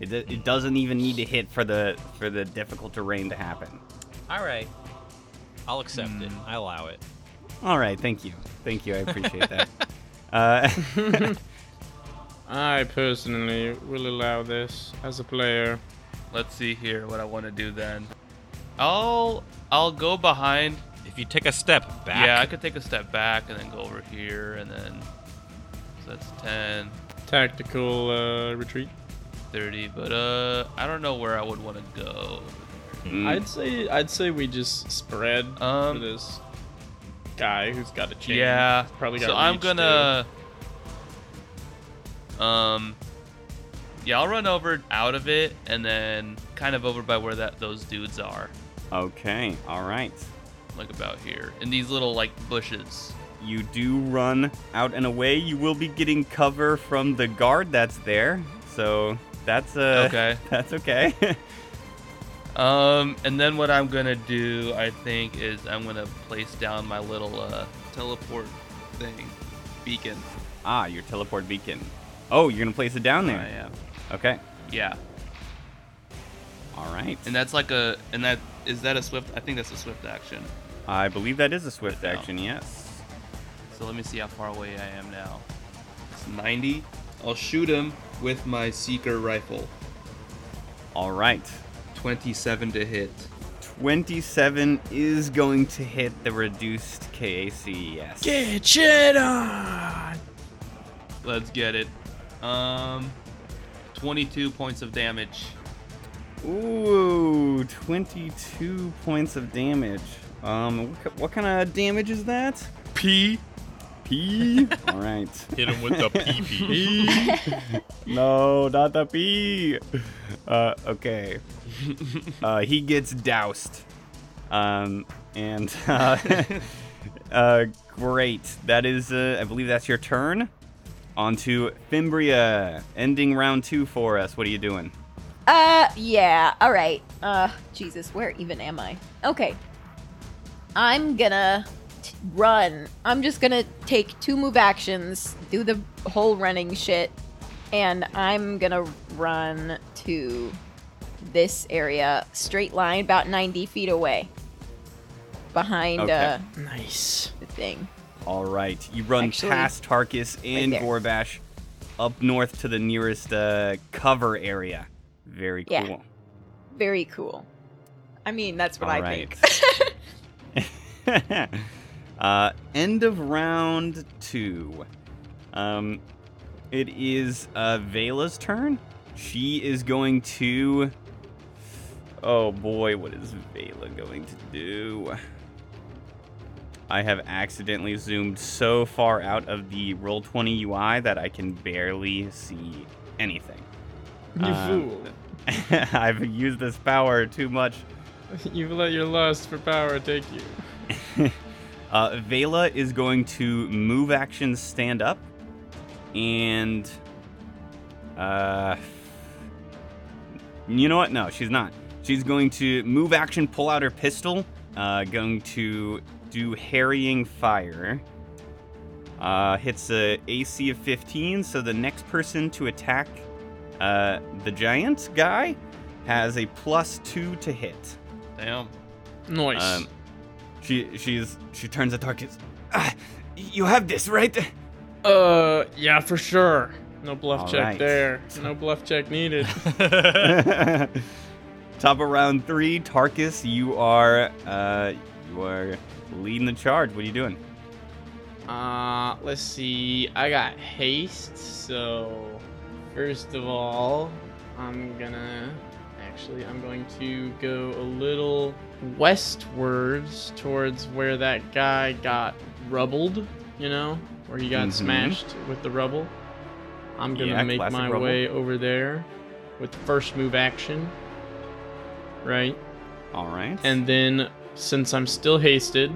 Speaker 5: It, do- it doesn't even need to hit for the for the difficult terrain to happen.
Speaker 6: All right. I'll accept it. I allow it.
Speaker 5: All right, thank you, thank you. I appreciate that. uh,
Speaker 3: I personally will allow this as a player.
Speaker 2: Let's see here what I want to do then. I'll I'll go behind
Speaker 6: If you take a step back.
Speaker 2: Yeah, I could take a step back and then go over here and then
Speaker 9: So that's 10,
Speaker 3: Tactical uh, retreat.
Speaker 9: 30. But uh, I don't know where I would want to go.
Speaker 5: Mm.
Speaker 3: I'd say I'd say we just spread
Speaker 9: Um,
Speaker 3: for this guy who's got a chain.
Speaker 9: Yeah.
Speaker 3: He's probably got.
Speaker 9: So I'm
Speaker 3: reach,
Speaker 9: gonna. Um. Yeah, I'll run over out of it and then kind of over by where that those dudes are,
Speaker 5: Okay, all right.
Speaker 9: like about here, in these little like bushes.
Speaker 5: You do run out and away. You will be getting cover from the guard that's there. So that's uh,
Speaker 9: Okay.
Speaker 5: That's okay.
Speaker 9: Um, and then what I'm gonna do, I think, is I'm gonna place down my little uh, teleport thing, beacon.
Speaker 5: ah, your teleport beacon. Oh, you're gonna place it down there.
Speaker 9: I am.
Speaker 5: Okay.
Speaker 9: Yeah,
Speaker 5: All right.
Speaker 9: and that's like a, and that is that a swift? I think that's a swift action.
Speaker 5: I believe that is a swift
Speaker 9: Good now.
Speaker 5: action. Yes.
Speaker 9: So let me see how far away I am now.
Speaker 2: It's 90. I'll shoot him with my seeker rifle.
Speaker 5: All right.
Speaker 2: 27 to hit.
Speaker 5: 27 is going to hit the reduced KAC, yes.
Speaker 3: Get it on.
Speaker 9: Let's get it. Um, 22 points of damage.
Speaker 5: Ooh, 22 points of damage. Um, what, ki- what kind of damage is that?
Speaker 6: P.
Speaker 5: P? All right.
Speaker 6: Hit him with the PP.
Speaker 5: No, not the P. Uh, okay. Uh, he gets doused. Um, and, uh, uh, great. That is, uh, I believe that's your turn. On to Fimbria, ending round two for us. What are you doing?
Speaker 4: Uh, yeah. All right. Uh, Jesus, where even am I? Okay. I'm gonna t- run. I'm just gonna take two move actions, do the whole running shit, and I'm gonna run to this area, straight line, about 90 feet away, behind
Speaker 5: Okay.
Speaker 4: uh
Speaker 3: Nice.
Speaker 4: the thing.
Speaker 5: All right, you run
Speaker 4: Actually,
Speaker 5: past Tarkus and
Speaker 4: there.
Speaker 5: Gorbash up north to the nearest uh, cover area. Very
Speaker 4: Yeah.
Speaker 5: cool.
Speaker 4: Very cool. I mean, that's what I
Speaker 5: All right.
Speaker 4: think.
Speaker 5: uh, end of round two. Um, it is uh, Vela's turn. She is going to. Oh boy, what is Vela going to do? I have accidentally zoomed so far out of the Roll20 UI that I can barely see anything.
Speaker 3: You
Speaker 5: Uh,
Speaker 3: fool.
Speaker 5: I've used this power too much.
Speaker 3: You've let your lust for power take you.
Speaker 5: Uh, Vela is going to move action stand up and. Uh, you know what? No, she's not. She's going to move action, pull out her pistol, uh, going to do harrying fire. Uh, hits a AC of 15, so the next person to attack uh, the giant guy has a plus two to hit.
Speaker 9: Damn.
Speaker 3: Nice.
Speaker 5: Um, she she's she turns to Tarkus. Ah, you have this, right?
Speaker 3: uh, yeah, for sure. No bluff
Speaker 5: All
Speaker 3: check
Speaker 5: right.
Speaker 3: there. No bluff check needed.
Speaker 5: Top of round three, Tarkus, you are uh you are leading the charge. What are you doing?
Speaker 3: Uh, let's see. I got haste, so first of all, I'm gonna actually I'm going to go a little westwards towards where that guy got rubbled, you know, where he got
Speaker 5: Mhm.
Speaker 3: smashed with the rubble. I'm gonna
Speaker 5: Yeah,
Speaker 3: make
Speaker 5: classic
Speaker 3: my
Speaker 5: rubble.
Speaker 3: way over there with first move action. Right?
Speaker 5: All right.
Speaker 3: And then, since I'm still hasted,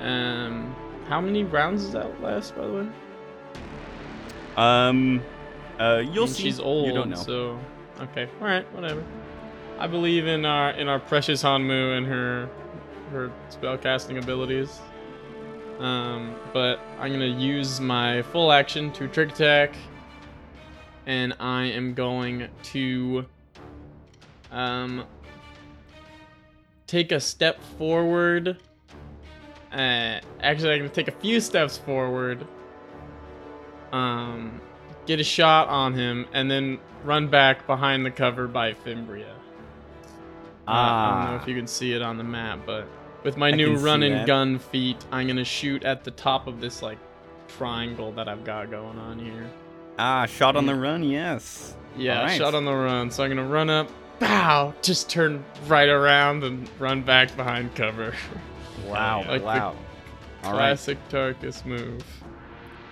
Speaker 3: um, how many rounds does that last, by the way?
Speaker 5: um, uh, you'll
Speaker 3: I mean,
Speaker 5: see.
Speaker 3: She's old,
Speaker 5: You don't know.
Speaker 3: so uh, okay, all right, whatever. I believe in our in our precious Hanmu and her her spellcasting abilities. Um, but I'm gonna use my full action to trick attack, and I am going to um take a step forward. Uh, actually, I'm gonna take a few steps forward. Um, get a shot on him, and then run back behind the cover by Fimbria. Uh, I don't know
Speaker 5: ah,
Speaker 3: if you can see it on the map, but with my
Speaker 5: I
Speaker 3: new
Speaker 5: can see
Speaker 3: run and
Speaker 5: that.
Speaker 3: gun feat, I'm gonna shoot at the top of this like triangle that I've got going on here.
Speaker 5: Ah, shot on the run, yes.
Speaker 3: Yeah,
Speaker 5: All right.
Speaker 3: shot on the run. So I'm gonna run up, bow, just turn right around and run back behind cover.
Speaker 5: Wow,
Speaker 3: Like the-
Speaker 5: wow. All right,
Speaker 3: Classic Tarkus move.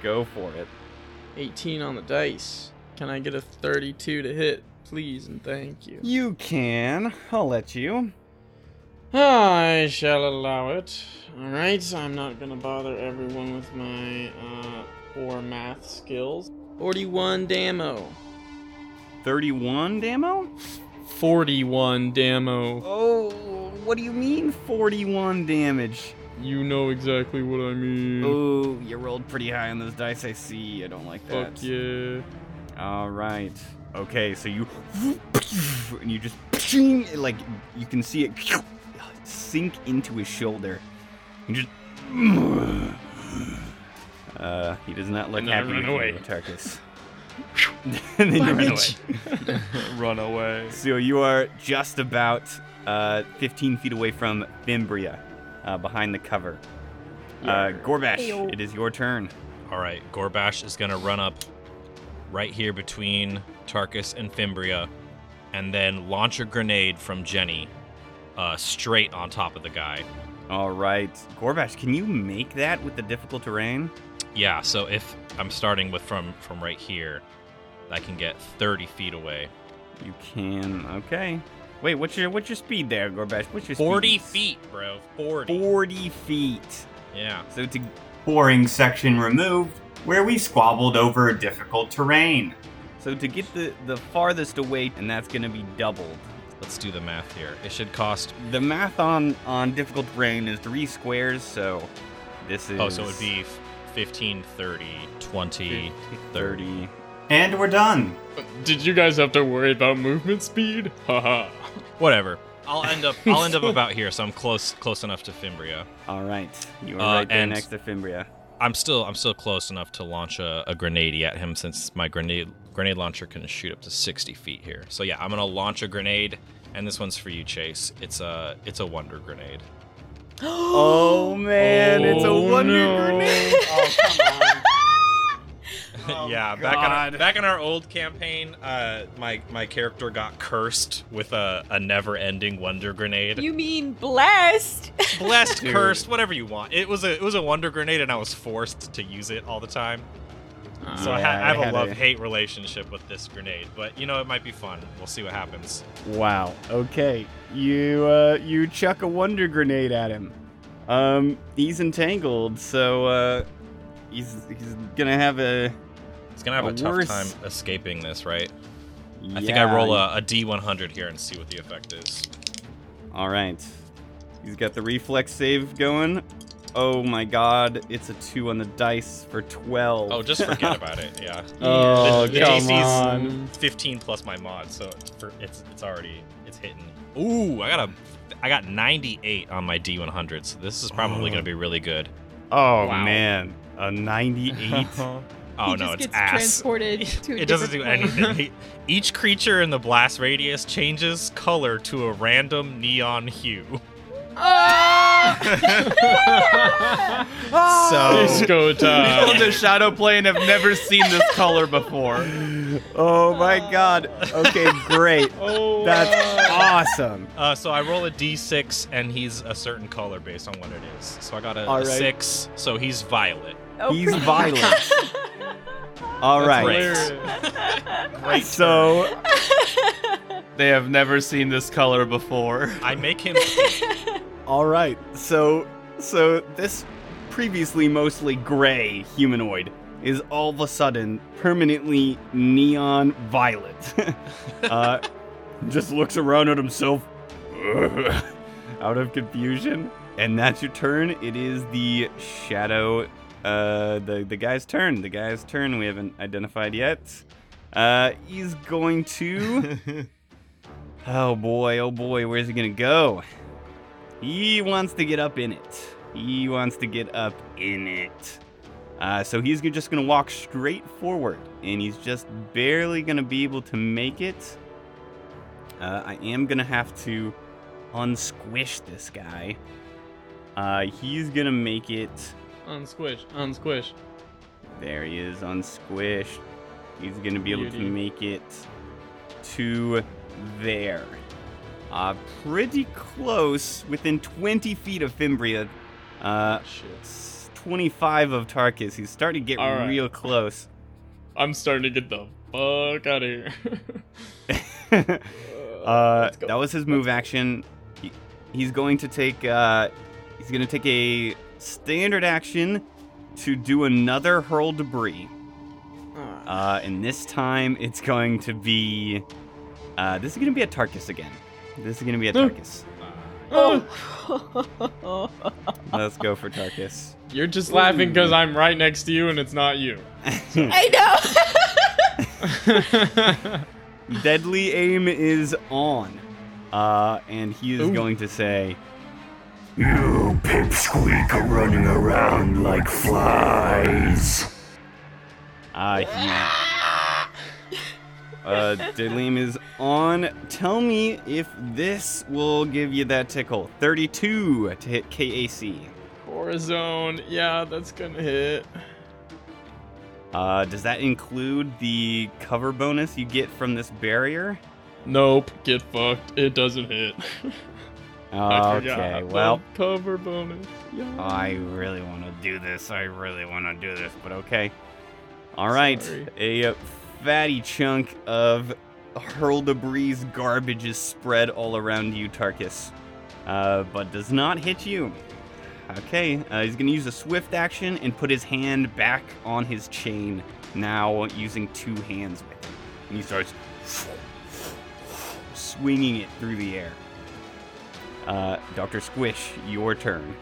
Speaker 5: go for it.
Speaker 3: 18 on the dice. Can I get a 32 to hit, please and thank you?
Speaker 5: You can. I'll let you.
Speaker 3: I shall allow it. All right, so I'm not gonna bother everyone with my uh, poor math skills. 41 damo.
Speaker 5: 31 demo?
Speaker 3: 41 damo.
Speaker 5: Oh, what do you mean 41 damage?
Speaker 3: You know exactly what I mean.
Speaker 5: Oh, you rolled pretty high on those dice. I see. I don't like that.
Speaker 3: Fuck yeah.
Speaker 5: All right. Okay, so you and you just like you can see it sink into his shoulder. You just uh, he does not look
Speaker 3: And then I
Speaker 5: happy.
Speaker 3: run
Speaker 5: with you,
Speaker 3: away.
Speaker 5: Tarkus. and then you run away.
Speaker 9: Run away.
Speaker 5: So you are just about uh, 15 feet away from Fimbria, uh, behind the cover. Uh, Gorbash,
Speaker 4: Ayo.
Speaker 5: it is your turn.
Speaker 6: All right, Gorbash is gonna run up right here between Tarkus and Fimbria, and then launch a grenade from Jenny uh, straight on top of the guy.
Speaker 5: All right, Gorbash, can you make that with the difficult terrain?
Speaker 6: Yeah, so if I'm starting with from from right here, I can get 30 feet away.
Speaker 5: You can. Okay. Wait, what's your what's your speed there, Gorbash? What's your
Speaker 6: 40
Speaker 5: speed?
Speaker 6: feet, bro. 40.
Speaker 5: 40 feet.
Speaker 6: Yeah.
Speaker 5: So to
Speaker 10: boring section removed, where we squabbled over difficult terrain.
Speaker 5: so to get the the farthest away, and that's gonna be doubled.
Speaker 6: Let's do the math here. It should cost.
Speaker 5: The math on on difficult terrain is three squares, so this is
Speaker 6: Oh, so it would be f- 15, 30, 20.
Speaker 5: 30.
Speaker 10: And we're done.
Speaker 3: Did you guys have to worry about movement speed? Haha.
Speaker 6: Whatever. I'll end up. I'll end up about here, so I'm close, close enough to Fimbria.
Speaker 5: All right, you are
Speaker 6: Uh,
Speaker 5: right there
Speaker 6: and-
Speaker 5: next to Fimbria.
Speaker 6: I'm still I'm still close enough to launch a, a grenade at him since my grenade grenade launcher can shoot up to 60 feet here. So yeah, I'm gonna launch a grenade, and this one's for you, Chase. It's a it's a wonder grenade.
Speaker 5: Oh man, it's a
Speaker 3: Oh,
Speaker 5: wonder
Speaker 3: no. Oh,
Speaker 5: grenade.
Speaker 6: yeah, back in our, back in our old campaign, uh, my my character got cursed with a, a never ending wonder grenade.
Speaker 4: You mean blessed?
Speaker 6: Blessed, cursed, whatever you want. It was a it was a wonder grenade, and I was forced to use it all the time. So
Speaker 5: Yeah,
Speaker 6: I, ha- I have
Speaker 5: I had
Speaker 6: a
Speaker 5: a-
Speaker 6: love hate relationship with this grenade, but you know it might be fun. We'll see what happens.
Speaker 5: Wow. Okay. You uh, you chuck a wonder grenade at him. Um, he's entangled, so uh, he's he's gonna have a.
Speaker 6: It's gonna have a,
Speaker 5: A
Speaker 6: tough
Speaker 5: worse-
Speaker 6: time escaping this, right? I think I
Speaker 5: Yeah,
Speaker 6: roll a, a D100 here and see what the effect is.
Speaker 5: All right. He's got the reflex save going. Oh my God! It's a two on the dice for twelve.
Speaker 6: Oh, just forget about it. Yeah,
Speaker 3: Oh,
Speaker 6: The- the
Speaker 3: come
Speaker 6: DC's
Speaker 3: on.
Speaker 6: 15 plus my mod, so it's for, it's it's already it's hitting. Ooh, I got a I got 98 on my D100, so this is probably gonna be really good.
Speaker 5: Oh
Speaker 3: Wow.
Speaker 5: man, a ninety-eight.
Speaker 6: Oh
Speaker 11: he
Speaker 6: no,
Speaker 11: just
Speaker 6: it's
Speaker 11: gets
Speaker 6: ass.
Speaker 11: transported to a
Speaker 6: It doesn't do
Speaker 11: different plane.
Speaker 6: anything. He- Each creature in the blast radius changes color to a random neon hue.
Speaker 11: Oh.
Speaker 6: so
Speaker 3: Disco
Speaker 9: People
Speaker 3: time.
Speaker 9: to shadow play and have never seen this color before.
Speaker 5: oh my God. Okay, great.
Speaker 3: oh,
Speaker 5: That's awesome.
Speaker 6: Uh, so I roll a d6, and he's a certain color based on what it is. So I got a, a
Speaker 5: All right.
Speaker 6: six, so he's violet.
Speaker 4: Oh,
Speaker 5: He's violent. All
Speaker 3: that's
Speaker 5: right.
Speaker 3: hilarious.
Speaker 5: So
Speaker 9: They have never seen this color before.
Speaker 6: I make him.
Speaker 5: all right. So so this previously mostly gray humanoid is all of a sudden permanently neon violet. uh, just looks around at himself out of confusion. And that's your turn. It is the shadow uh the the guy's turn. The guy's turn we haven't identified yet. Uh he's going to Oh boy, oh boy, where's he gonna go? He wants to get up in it. He wants to get up in it. Uh, so he's go- just gonna walk straight forward, and he's just barely gonna be able to make it. Uh, I am gonna have to unsquish this guy. Uh, he's gonna make it.
Speaker 3: Unsquish, unsquish.
Speaker 5: There he is, unsquished. He's gonna be able to
Speaker 3: Beauty.
Speaker 5: make it to there. Uh, pretty close, within 20 feet of Fimbria. Uh, s- 25 of Tarkus. He's starting to get
Speaker 3: All right.
Speaker 5: real close.
Speaker 3: I'm starting to get the fuck out of here.
Speaker 5: Uh,
Speaker 3: let's go.
Speaker 5: that was his move action. He, he's going to take uh, he's going to take a standard action to do another hurl debris. Uh, and this time it's going to be uh, this is going to be a Tarkus again. This is going to be a
Speaker 3: No.
Speaker 5: Tarkus.
Speaker 4: Oh.
Speaker 5: Let's go for Tarkus.
Speaker 3: You're just laughing because I'm right next to you and it's not you.
Speaker 4: I know.
Speaker 5: Deadly aim is on. Uh, and he is
Speaker 3: Ooh.
Speaker 5: going to say,
Speaker 12: You pipsqueak are running around like flies.
Speaker 5: uh, he, uh, deadly aim is on. Tell me if this will give you that tickle. 32 to hit KAC.
Speaker 3: Horizon, yeah, that's gonna hit.
Speaker 5: Uh, does that include the cover bonus you get from this barrier?
Speaker 3: Nope, get fucked. It doesn't hit. I forgot
Speaker 5: Okay,
Speaker 3: the
Speaker 5: well,
Speaker 3: cover bonus. Yeah.
Speaker 5: I really want to do this. I really want to do this, but okay. All right,
Speaker 3: Sorry.
Speaker 5: a uh, fatty chunk of hurl debris garbage is spread all around you, Tarkus, uh, but does not hit you. Okay, uh, he's going to use a swift action and put his hand back on his chain, now using two hands with it. And he starts swinging it through the air. Uh, Dr. Squish, your turn.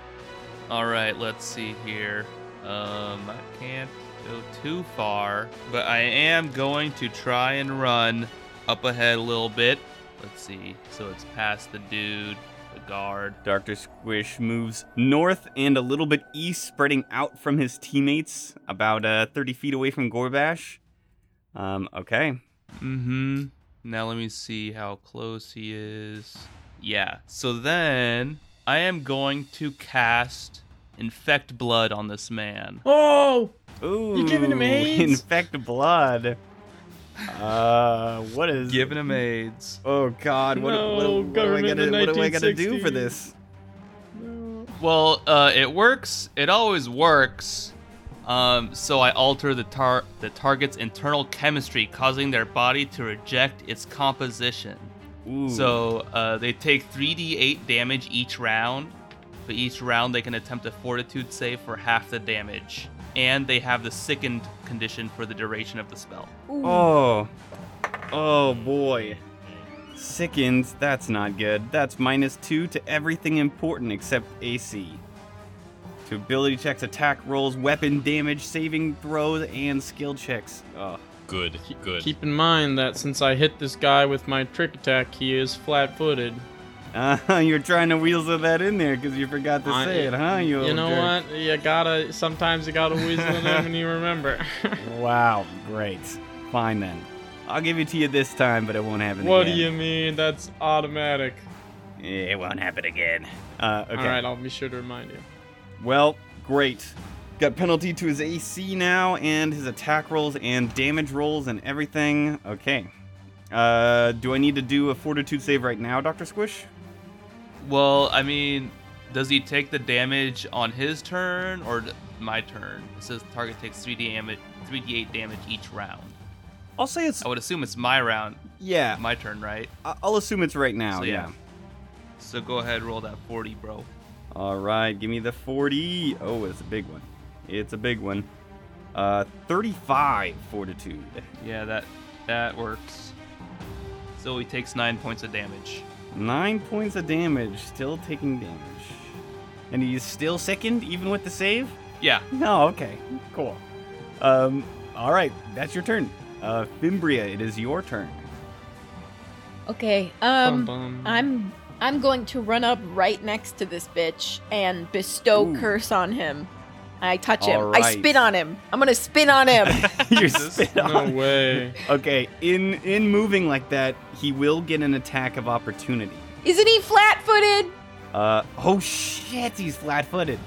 Speaker 2: All right, let's see here. Um, I can't go too far, but I am going to try and run up ahead a little bit. Let's see. So it's past the dude, the guard.
Speaker 5: Dr. Squish moves north and a little bit east, spreading out from his teammates, about uh, 30 feet away from Gorbash. Um, okay.
Speaker 2: Mm-hmm. Now let me see how close he is. Yeah. So then I am going to cast infect blood on this man.
Speaker 3: Oh!
Speaker 5: Ooh.
Speaker 3: giving him AIDS?
Speaker 5: Infect blood. Uh, what is.
Speaker 2: Giving him AIDS.
Speaker 5: Oh, God. What, what-
Speaker 3: No,
Speaker 5: what, do I
Speaker 3: government
Speaker 5: gotta,
Speaker 3: in
Speaker 5: what do I gotta do for
Speaker 3: 1960s.
Speaker 5: this?
Speaker 3: No.
Speaker 2: Well, uh, it works. It always works. Um, so I alter the tar- the target's internal chemistry, causing their body to reject its composition.
Speaker 5: Ooh.
Speaker 2: So uh, they take 3d8 damage each round. For each round, they can attempt a fortitude save for half the damage, and they have the sickened condition for the duration of the spell.
Speaker 5: Oh. Oh, boy. Sickened. That's not good. That's minus two to everything important except AC. To ability checks, attack rolls, weapon damage, saving throws, and skill checks. Oh.
Speaker 6: Good, good.
Speaker 3: Keep in mind that since I hit this guy with my trick attack, he is flat footed.
Speaker 5: Uh, you're trying to weasel that in there because you forgot to
Speaker 3: I-
Speaker 5: say it, huh? You,
Speaker 3: You
Speaker 5: old
Speaker 3: know
Speaker 5: jerk.
Speaker 3: what? You gotta, sometimes you gotta weasel it in when you remember.
Speaker 5: Wow, great. Fine then. I'll give it to you this time, but it won't happen
Speaker 3: what do you
Speaker 5: again.
Speaker 3: mean? That's automatic.
Speaker 5: What do you? It won't happen again. Uh, okay.
Speaker 3: Alright, I'll be sure to remind you.
Speaker 5: Well, great. Got penalty to his AC now, and his attack rolls and damage rolls and everything. Okay. Uh, do I need to do a fortitude save right now, Doctor Squish?
Speaker 2: Well, I mean, does he take the damage on his turn or th- my turn? It says the target takes 3 damage, 3d8 damage each round.
Speaker 5: I'll say it's
Speaker 2: I would assume it's my round,
Speaker 5: yeah.
Speaker 2: my turn, right?
Speaker 5: I- I'll assume it's right now.
Speaker 2: So,
Speaker 5: Oh, yeah.
Speaker 2: yeah. So go ahead, roll that 40, bro.
Speaker 5: All right, give me the forty. Oh, it's a big one. It's a big one. Uh, thirty-five fortitude.
Speaker 2: Yeah, that that works. So he takes 9 points of damage.
Speaker 5: Nine points of damage. Still taking damage. And he's still sickened, even with the save.
Speaker 2: Yeah.
Speaker 5: No, Oh, okay. Cool. Um, all right, that's your turn. Uh, Fimbria, it is your turn.
Speaker 4: Okay.
Speaker 3: Bum
Speaker 4: Um,
Speaker 3: bum.
Speaker 4: I'm I'm going to run up right next to this bitch and bestow
Speaker 5: Ooh.
Speaker 4: curse on him. I touch him. I
Speaker 5: Alright.
Speaker 4: spin on him. I'm gonna spin on him.
Speaker 5: you spit
Speaker 3: No
Speaker 5: on.
Speaker 3: way.
Speaker 5: Okay, in in moving like that, he will get an attack of opportunity.
Speaker 4: Isn't he flat-footed?
Speaker 5: Uh, oh shit, he's flat-footed.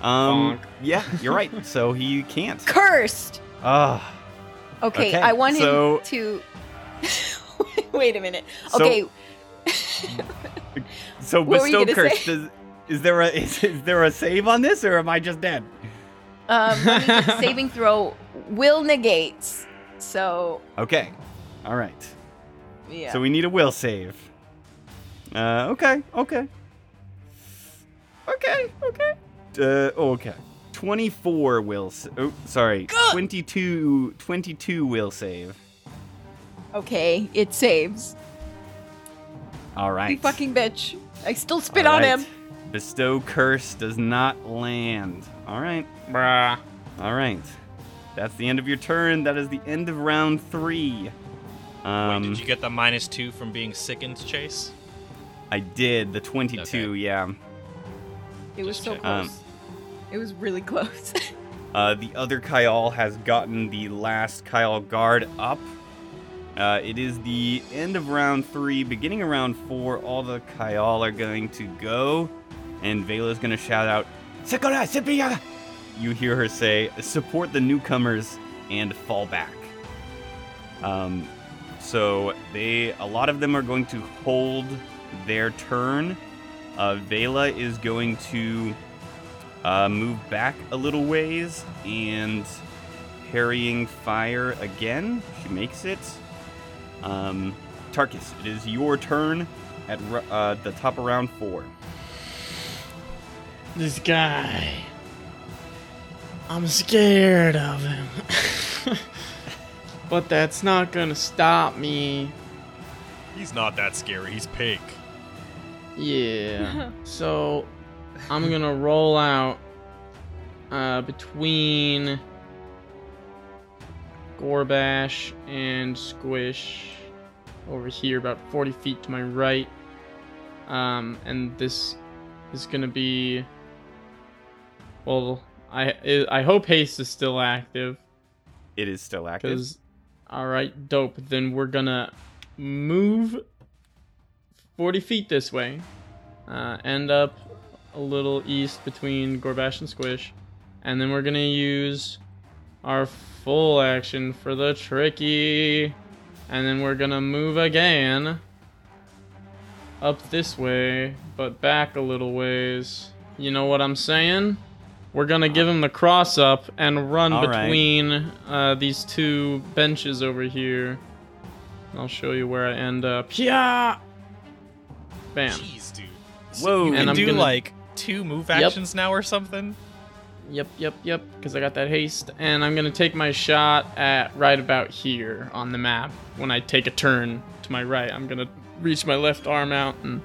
Speaker 5: Um, yeah, you're right. So he can't.
Speaker 4: Cursed.
Speaker 5: Ah,
Speaker 4: Okay,
Speaker 5: Okay,
Speaker 4: I want
Speaker 5: so-
Speaker 4: him to. Wait a minute.
Speaker 5: So-
Speaker 4: okay,
Speaker 5: so
Speaker 4: What were you
Speaker 5: bestow
Speaker 4: gonna
Speaker 5: curse.
Speaker 4: say?
Speaker 5: Does, is there a is, is there a save on this, or am I just dead?
Speaker 4: um, let me get saving throw will negates. So
Speaker 5: Okay, all right.
Speaker 4: yeah.
Speaker 5: So we need a will save. Uh, okay, okay, okay, okay. Uh, oh, okay. 24 will. s oh, sorry. 22, 22 will save.
Speaker 4: okay, it saves.
Speaker 5: All right.
Speaker 4: You fucking bitch. I still spit on
Speaker 5: Alright.
Speaker 4: him.
Speaker 5: Bestow curse does not land. All right.
Speaker 3: Bruh.
Speaker 5: All right. That's the end of your turn. That is the end of round three. Um,
Speaker 6: Wait, did you get the minus two from being sickened, Chase?
Speaker 5: I did the 22. Yeah.
Speaker 4: It was so
Speaker 6: check.
Speaker 4: close.
Speaker 5: Um,
Speaker 4: it was really close.
Speaker 5: Uh, the other Kyle has gotten the last Kyle guard up. Uh, it is the end of round three, beginning of round four. All the Kyle are going to go, and Vela's going to shout out, Sakura, Sipiya! You hear her say, support the newcomers and fall back. Um, so they, a lot of them are going to hold their turn. Uh, Vela is going to uh, move back a little ways and parrying fire again. She makes it. Um, Tarkus, it is your turn at ru- uh, the top of round four.
Speaker 3: This guy. I'm scared of him. but that's not gonna stop me.
Speaker 6: He's not that scary. He's pig.
Speaker 3: Yeah. so I'm gonna roll out uh, between Gorbash and Squish over here, about 40 feet to my right. Um, and this is gonna be well. I I I hope haste is still active.
Speaker 5: It is still active.
Speaker 3: Because, all right, dope. Then we're gonna move 40 feet this way, uh, end up a little east between Gorbash and Squish, and then we're gonna use our full action for the tricky, and then we're gonna move again up this way, but back a little ways. You know what I'm saying? We're gonna give him the cross up and run
Speaker 5: All right.
Speaker 3: between uh, these two benches over here. And I'll show you where I end up. Yeah. Bam.
Speaker 6: Jeez, dude.
Speaker 5: Whoa.
Speaker 6: You
Speaker 3: And
Speaker 6: can
Speaker 3: I'm
Speaker 6: do
Speaker 3: gonna-
Speaker 6: like two move
Speaker 3: Yep.
Speaker 6: actions now or something.
Speaker 3: Yep, yep, yep. Because I got that haste, and I'm gonna take my shot at right about here on the map. When I take a turn to my right, I'm gonna reach my left arm out and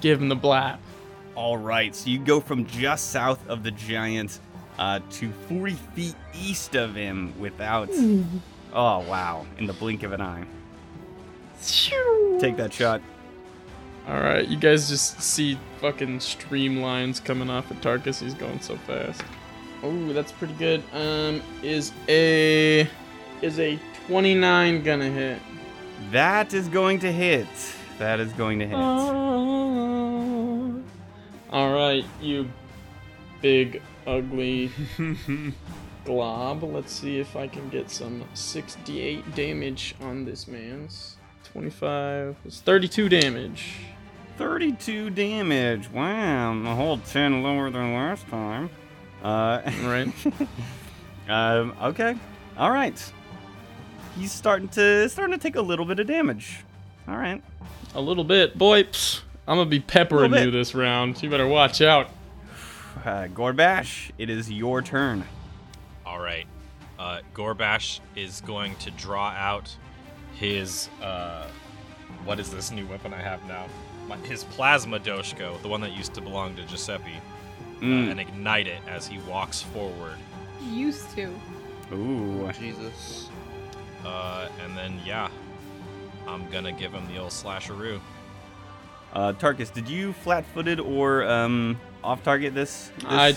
Speaker 3: give him the blap.
Speaker 5: All right, so you go from just south of the giant uh, to 40 feet east of him without. oh, wow. In the blink of an eye. Take that shot.
Speaker 3: All right, you guys just see fucking streamlines coming off of Tarkus. He's going so fast. Oh, that's pretty good. Um, is a is a 29 gonna hit?
Speaker 5: That is going to hit. That is going to hit.
Speaker 3: All right, you big ugly glob. Let's see if I can get some 68 damage on this man's 25. It's 32 damage.
Speaker 5: 32 damage. Wow, a whole 10 lower than last time. Uh,
Speaker 3: Right.
Speaker 5: um, okay. All right. He's starting to starting to take a little bit of damage. All right.
Speaker 3: A little bit, boy. pfft, I'm gonna be peppering
Speaker 5: Little
Speaker 3: you
Speaker 5: bit.
Speaker 3: this round. You better watch out.
Speaker 5: Uh, Gorbash, it is your turn.
Speaker 6: All right. Uh, Gorbash is going to draw out his uh, what is this new weapon I have now? My, his plasma doshko, the one that used to belong to Giuseppe, uh,
Speaker 5: Mm.
Speaker 6: and ignite it as he walks forward.
Speaker 4: Used to.
Speaker 5: Ah. Ooh.
Speaker 9: Jesus.
Speaker 6: Uh, and then yeah, I'm gonna give him the old slasheroo.
Speaker 5: Uh, Tarkus, did you flat-footed or um, off-target this, this
Speaker 3: I-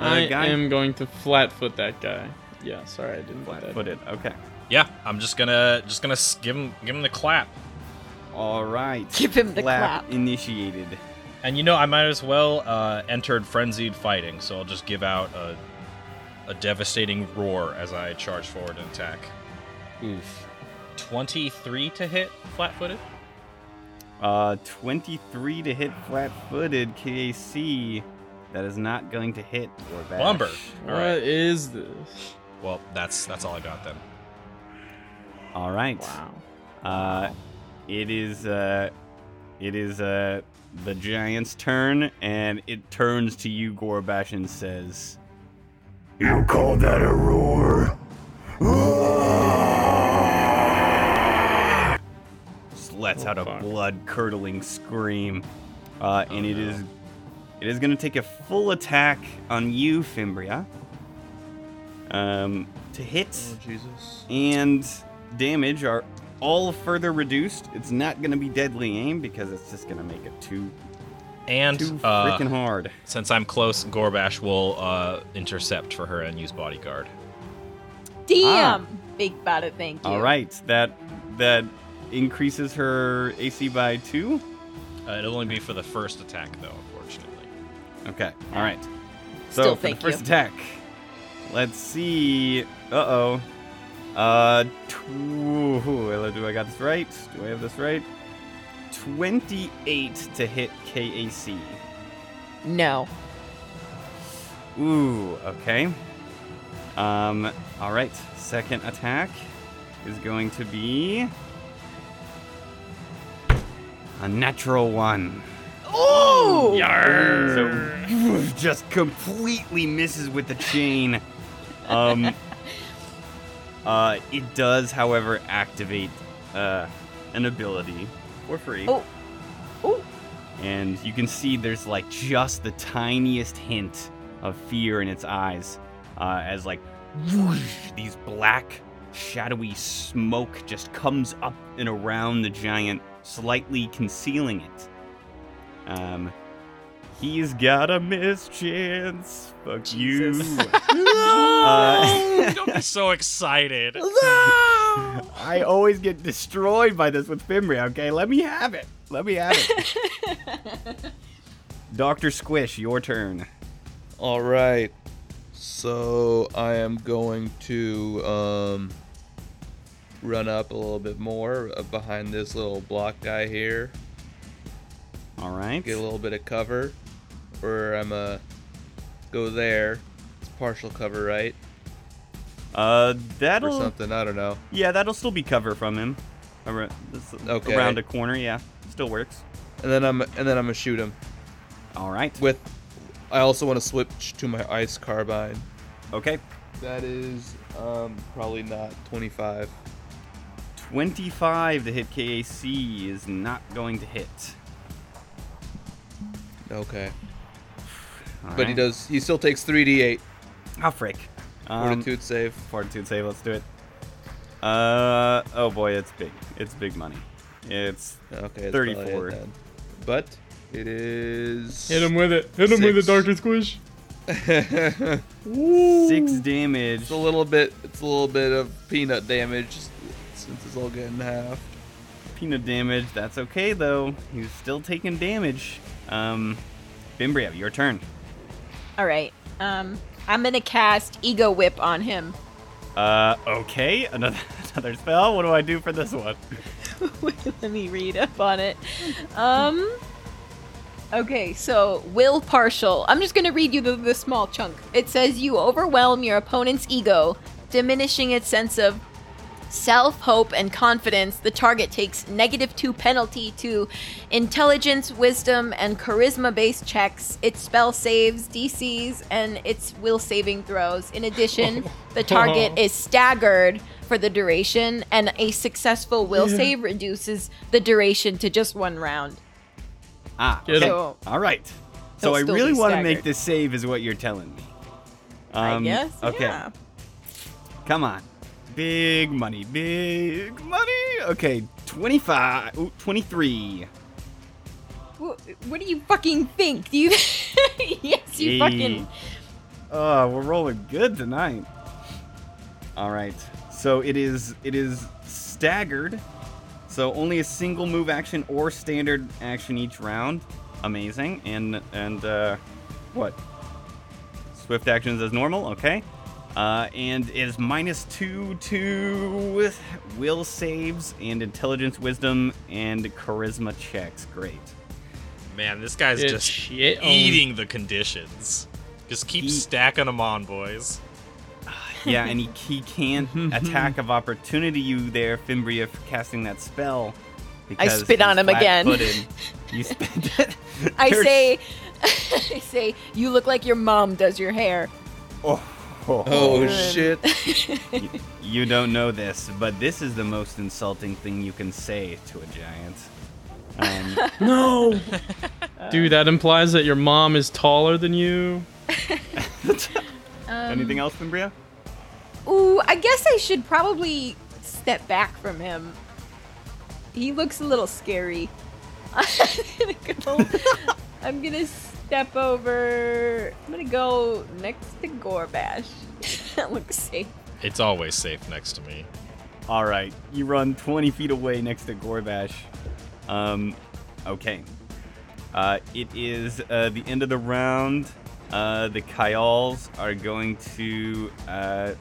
Speaker 5: uh,
Speaker 3: I
Speaker 5: guy?
Speaker 3: am going to flat foot that guy. Yeah, sorry I didn't do that.
Speaker 5: footed. Okay.
Speaker 6: Yeah, I'm just gonna just gonna s- give him give him the clap.
Speaker 5: All right.
Speaker 4: Give him the clap.
Speaker 5: initiated.
Speaker 6: And you know, I might as well uh, entered frenzied fighting, so I'll just give out a, a devastating roar as I charge forward and attack.
Speaker 5: Oof.
Speaker 6: 23 to hit, flat footed.
Speaker 5: Uh, 23 to hit flat footed KAC. That is not going to hit or bash.
Speaker 6: Bumper.
Speaker 3: What
Speaker 6: All
Speaker 3: is
Speaker 6: right.
Speaker 3: this?
Speaker 6: Well, that's that's all I got then.
Speaker 5: All right.
Speaker 3: Wow.
Speaker 5: Uh, it is uh, it is uh, the giant's turn, and it turns to you, Gorbash, and says,
Speaker 8: You call that a roar?
Speaker 5: just lets out a
Speaker 3: fuck.
Speaker 5: blood curdling scream, uh, and it is it is going to take a full attack on you, Fimbria, um, to hit.
Speaker 2: Jesus.
Speaker 5: and damage are all further reduced. It's not going to be deadly aim because it's just going to make it too
Speaker 6: And
Speaker 5: too
Speaker 6: uh,
Speaker 5: freaking hard.
Speaker 6: since I'm close, Gorbash will uh, intercept for her and use bodyguard.
Speaker 4: Damn, big bada, thank you.
Speaker 5: All right, that that increases her AC by 2.
Speaker 6: Uh, it'll only be for the first attack though, unfortunately.
Speaker 5: Okay. All right. So,
Speaker 4: Still
Speaker 5: for the
Speaker 4: thank
Speaker 5: first
Speaker 4: you.
Speaker 5: attack, let's see. Uh-oh. Uh, tw- ooh, do I got this right? Do I have this right? 28 to hit KAC.
Speaker 4: No.
Speaker 5: Ooh, okay. Um, all right. Second attack is going to be a natural one.
Speaker 4: Oh,
Speaker 5: So just completely misses with the chain. Um, uh, it does, however, activate uh, an ability for free.
Speaker 4: Oh. Oh.
Speaker 5: And you can see there's like just the tiniest hint of fear in its eyes uh, as like whoosh, these black shadowy smoke just comes up and around the giant, slightly concealing it. Um, he's got a missed chance. Fuck you. Uh,
Speaker 6: Don't be so excited.
Speaker 5: I always get destroyed by this with Fimbria, okay? Let me have it. Let me have it. Dr. Squish, your turn.
Speaker 2: All right. So I am going to um, run up a little bit more uh, behind this little block guy here.
Speaker 5: All right.
Speaker 2: Get a little bit of cover. Where I'm going to go there. It's partial cover, right?
Speaker 5: Uh,
Speaker 2: Or
Speaker 5: that'll
Speaker 2: something. I don't know.
Speaker 5: yeah, that'll still be cover from him. Around, this,
Speaker 2: Okay.
Speaker 5: around a corner, yeah, still works.
Speaker 2: And then I'm and then I'm gonna shoot him
Speaker 5: All right.
Speaker 2: with. I also want to switch to my ice carbine.
Speaker 5: Okay.
Speaker 2: That is um, probably not 25.
Speaker 5: 25 to hit KAC is not going to hit.
Speaker 2: Okay.
Speaker 5: All
Speaker 2: But he
Speaker 5: right.
Speaker 2: does. He still takes 3d8
Speaker 5: Ah, frick. Um,
Speaker 2: fortitude save.
Speaker 5: Fortitude save. Let's do it. Uh oh boy, it's big. It's big money. It's
Speaker 2: Okay, it's
Speaker 5: 34.
Speaker 2: thirty-four. Then. But it is.
Speaker 3: Hit him with it. Hit him with it,
Speaker 2: Six.
Speaker 3: Doctor Squish.
Speaker 2: it's
Speaker 5: six damage.
Speaker 2: a little bit. It's a little bit of peanut damage since it's all getting half.
Speaker 5: Peanut damage. That's okay though. He's still taking damage. Um, Bimbria, your turn.
Speaker 4: All right. Um, I'm gonna cast Ego Whip on him.
Speaker 5: Uh, okay, another another spell. What do I do for this one?
Speaker 4: Wait, Let me read up on it. Um. Okay, so will partial. I'm just gonna read you the, the small chunk. It says you overwhelm your opponent's ego, diminishing its sense of self, hope, and confidence. The target takes negative two penalty to intelligence, wisdom, and charisma based checks, its spell saves, DCs, and its will saving throws. In addition, the target is staggered for the duration, and a successful will save reduces the duration to just one round.
Speaker 5: Ah,
Speaker 3: Get him.
Speaker 4: So,
Speaker 5: all right. So
Speaker 4: He'll
Speaker 5: I
Speaker 4: still
Speaker 5: really
Speaker 4: be
Speaker 5: want to make
Speaker 4: staggered.
Speaker 5: this save, is what you're telling me.
Speaker 4: I
Speaker 5: Um,
Speaker 4: guess.
Speaker 5: Okay.
Speaker 4: Yeah.
Speaker 5: Come on. Big money, big money. Okay, 25, ooh, 23.
Speaker 4: What, what do you fucking think? Do you? yes, you fucking.
Speaker 5: Yay. Oh, we're rolling good tonight. All right. So it is it is staggered. So only a single move action or standard action each round. Amazing. And and uh, what? Swift actions as normal. Okay. Uh, and is minus two to will saves and intelligence, wisdom, and charisma checks. Great.
Speaker 6: Man, this guy's
Speaker 3: Good
Speaker 6: just
Speaker 3: shit on-
Speaker 6: eating the conditions. Just keep
Speaker 5: Eat.
Speaker 6: stacking them on, boys.
Speaker 5: Yeah, and he, he can't attack of opportunity you there, Fimbria, for casting that spell. because
Speaker 4: spit on
Speaker 5: he's
Speaker 4: him again.
Speaker 5: flat-footed. You spit.
Speaker 4: I
Speaker 5: There's-
Speaker 4: say, I say, you look like your mom does your hair.
Speaker 5: Oh,
Speaker 2: Oh
Speaker 4: Um,
Speaker 2: shit.
Speaker 5: you, you don't know this, but this is the most insulting thing you can say to a giant. Um,
Speaker 3: No.
Speaker 6: Uh,
Speaker 3: Dude, that implies that your mom is taller than you.
Speaker 4: Um,
Speaker 5: anything else, Fimbria?
Speaker 4: Ooh, I guess I should probably step back from him. He looks a little scary. I'm gonna go. I'm gonna step over. I'm gonna go next to Gorbash. that looks safe.
Speaker 6: It's always safe next to me.
Speaker 5: All right, you run 20 feet away next to Gorbash. Um, okay. Uh, it is uh, the end of the round. Uh, the Kyals are going to. Uh,